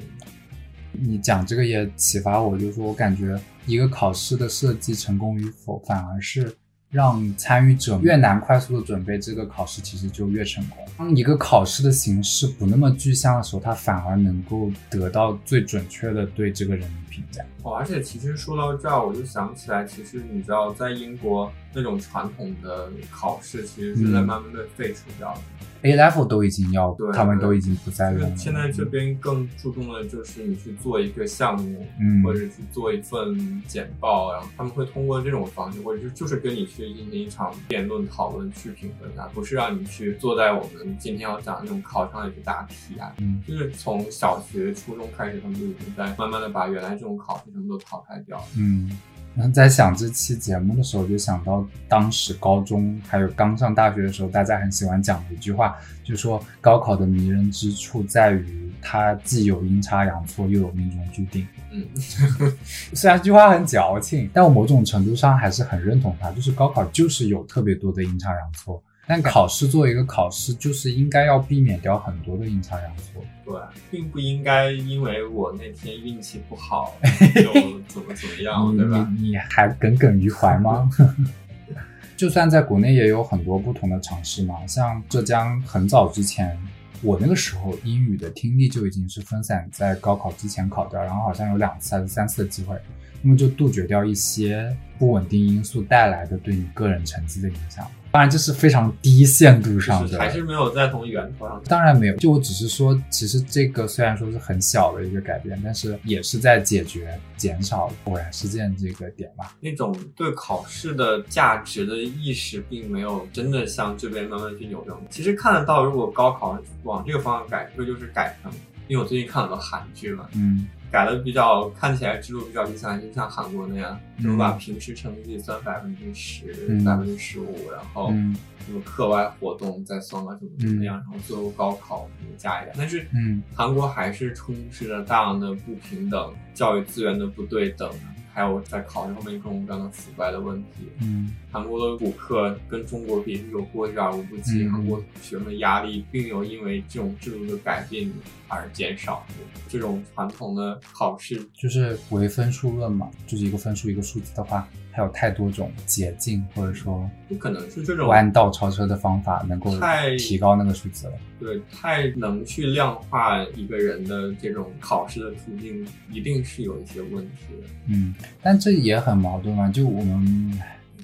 Speaker 1: 你讲这个也启发我，就是说我感觉一个考试的设计成功与否，反而是让参与者越难快速的准备这个考试，其实就越成功。当一个考试的形式不那么具象的时候，它反而能够得到最准确的对这个人的评价。
Speaker 2: 哦，而且其实说到这儿，我就想起来，其实你知道，在英国那种传统的考试，其实是在
Speaker 1: 嗯
Speaker 2: 慢慢被废除掉的。
Speaker 1: A level 都已经要
Speaker 2: 对，
Speaker 1: 他们都已经不再
Speaker 2: 就
Speaker 1: 用
Speaker 2: 是
Speaker 1: 了。
Speaker 2: 现在这边更注重的就是你去做一个项目，
Speaker 1: 嗯
Speaker 2: 或者去做一份简报，然后他们会通过这种方式，或者是就是跟你去进行一场辩论讨论去评分啊，不是让你去坐在我们今天要讲的那种考场里去答题啊。
Speaker 1: 嗯
Speaker 2: 就是从小学、初中开始，他们就已经在慢慢的把原来这种考试全部都淘汰掉了。
Speaker 1: 嗯，然后在想这期节目的时候，就想到当时高中还有刚上大学的时候，大家很喜欢讲的一句话，就说高考的迷人之处在于它既有阴差阳错，又有命中注定。
Speaker 2: 嗯，
Speaker 1: 虽然这句话很矫情，但我某种程度上还是很认同它，就是高考就是有特别多的阴差阳错。但考试作为一个考试，就是应该要避免掉很多的阴差阳错。
Speaker 2: 对，并不应该因为我那天运气 不好就怎么怎么样，
Speaker 1: 你
Speaker 2: 对吧？
Speaker 1: 你你还耿耿于怀吗？ 就算在国内也有很多不同的尝试嘛，像浙江很早之前，我那个时候英语的听力就已经是分散在高考之前考掉，然后好像有两次还是三次的机会，那么就杜绝掉一些不稳定因素带来的对你个人成绩的影响。当然这是非常低限度上
Speaker 2: 就
Speaker 1: 的，
Speaker 2: 是还是没有再从源头上
Speaker 1: 当然没有，就我只是说，其实这个虽然说是很小的一个改变，但是也是在解决减少偶然事件这个点嘛。
Speaker 2: 那种对考试的价值的意识，并没有真的像这边慢慢去扭正。其实看得到，如果高考往这个方向改，这就是改成因为我最近看了很多韩剧嘛，
Speaker 1: 嗯
Speaker 2: 改的比较看起来制度比较理想，就像韩国那样，
Speaker 1: 嗯
Speaker 2: 就是把平时成绩算百分之十
Speaker 1: 嗯、
Speaker 2: 百分之十五，然后
Speaker 1: 嗯
Speaker 2: 什么课外活动再算个怎么怎么样，然后最后高考怎么加一点。但是
Speaker 1: 嗯
Speaker 2: 韩国还是充斥着大量的不平等、教育资源的不对等，还有在考试后面各种各样的腐败的问题。
Speaker 1: 嗯
Speaker 2: 韩国的补课跟中国比是有过之而无不及，
Speaker 1: 嗯
Speaker 2: 韩国学生的压力并没有因为这种制度的改变而减少。这种传统的考试，
Speaker 1: 就是唯分数论嘛，就是一个分数一个数字的话，它有太多种捷径或者说
Speaker 2: 不可能是这种
Speaker 1: 弯道超车的方法能够
Speaker 2: 太
Speaker 1: 提高那个数字了。
Speaker 2: 对太能去量化一个人的这种考试的途径，一定是有一些问题的。
Speaker 1: 嗯，但这也很矛盾嘛，就我们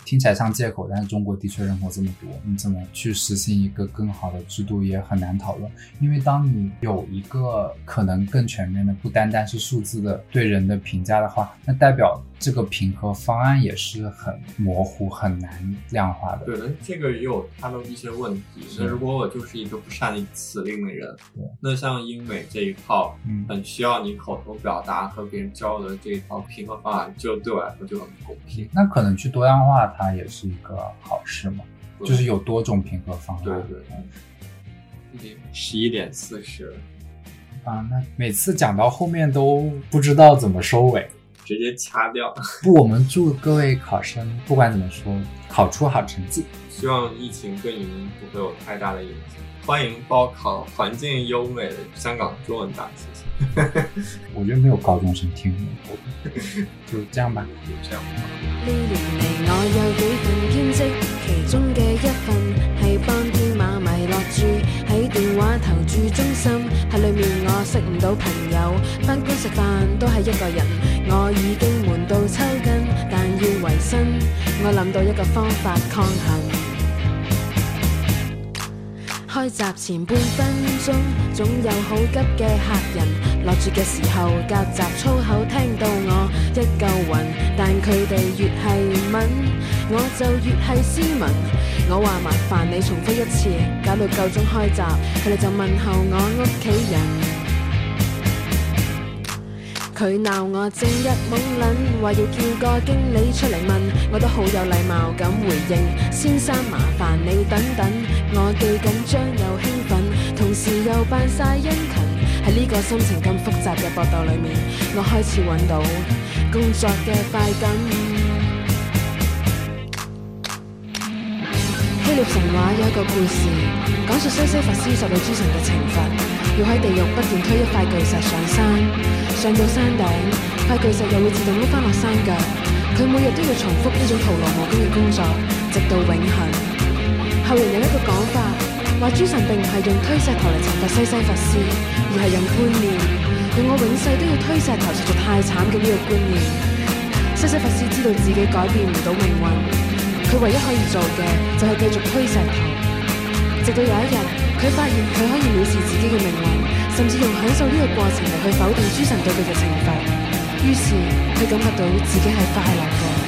Speaker 1: 听起来像借口，但是中国的确人口这么多，你怎么去实行一个更好的制度也很难讨论。因为当你有一个可能更全面的，不单单是数字的对人的评价的话，那代表这个评核方案也是很模糊、很难量化的。
Speaker 2: 对，但这个也有它的一些问题。
Speaker 1: 是
Speaker 2: 那如果我就是一个不善于辞令的人
Speaker 1: 嗯对，
Speaker 2: 那像英美这一套，
Speaker 1: 嗯
Speaker 2: 很需要你口头表达和别人交流的这一套平衡方案，就对我来说就很不公平。
Speaker 1: 那可能去多样化它也是一个好事嘛，就是有嗯多种评核方案。
Speaker 2: 对对对，十一点四十，
Speaker 1: 啊，那每次讲到后面都不知道怎么收尾。
Speaker 2: 直接掐掉。
Speaker 1: 不，我们祝各位考生不管怎么说，考出好成绩。
Speaker 2: 希望疫情对你们不会有太大的影响。欢迎报考环境优美的香港中文大学，谢
Speaker 1: 我觉得没有高中生听过， 就这样吧。
Speaker 2: 谢。就这样。
Speaker 5: 呢年嚟我有幾份兼職，其中嘅一份係幫天馬迷落注，喺電話投注中心，喺裏面我識唔到朋友，翻工食飯都係一個人，我已經悶到抽筋，但要維生，我諗到一個方法抗衡。開閘前半分鐘，總有好急嘅客人。落住嘅時候夾雜粗口，聽到我一嚿雲。但佢哋越係問，我就越係斯文。我話麻煩你重複一次，搞到夠鐘開閘，佢哋就問候我屋企人。佢鬧我正一懵撚，話要叫個經理出嚟問，我都好有禮貌咁回應。先生麻煩你等等，我既緊張又興奮，同時又扮晒殷勤。喺呢個心情咁複雜嘅搏鬥裏面，我開始揾到工作嘅快感。希臘神話有一個故事，講述西西弗斯受到諸神嘅懲罰，要喺地獄不斷推一塊巨石上山，上到山頂，塊巨石又會自動碌翻落山腳。佢每日都要重複呢種徒勞無功嘅工作，直到永恆。後人有一個講法，話諸神並唔係用推石頭嚟懲罰西西弗斯，而係用觀念，用我永世都要推石頭實在太慘嘅呢個觀念。西西弗斯知道自己改變唔到命運。佢唯一可以做嘅就係繼續推石頭，直到有一日佢發現佢可以藐視自己嘅命運，甚至用享受呢個過程嚟去否定諸神對佢嘅懲罰。於是佢感覺到自己係快樂嘅。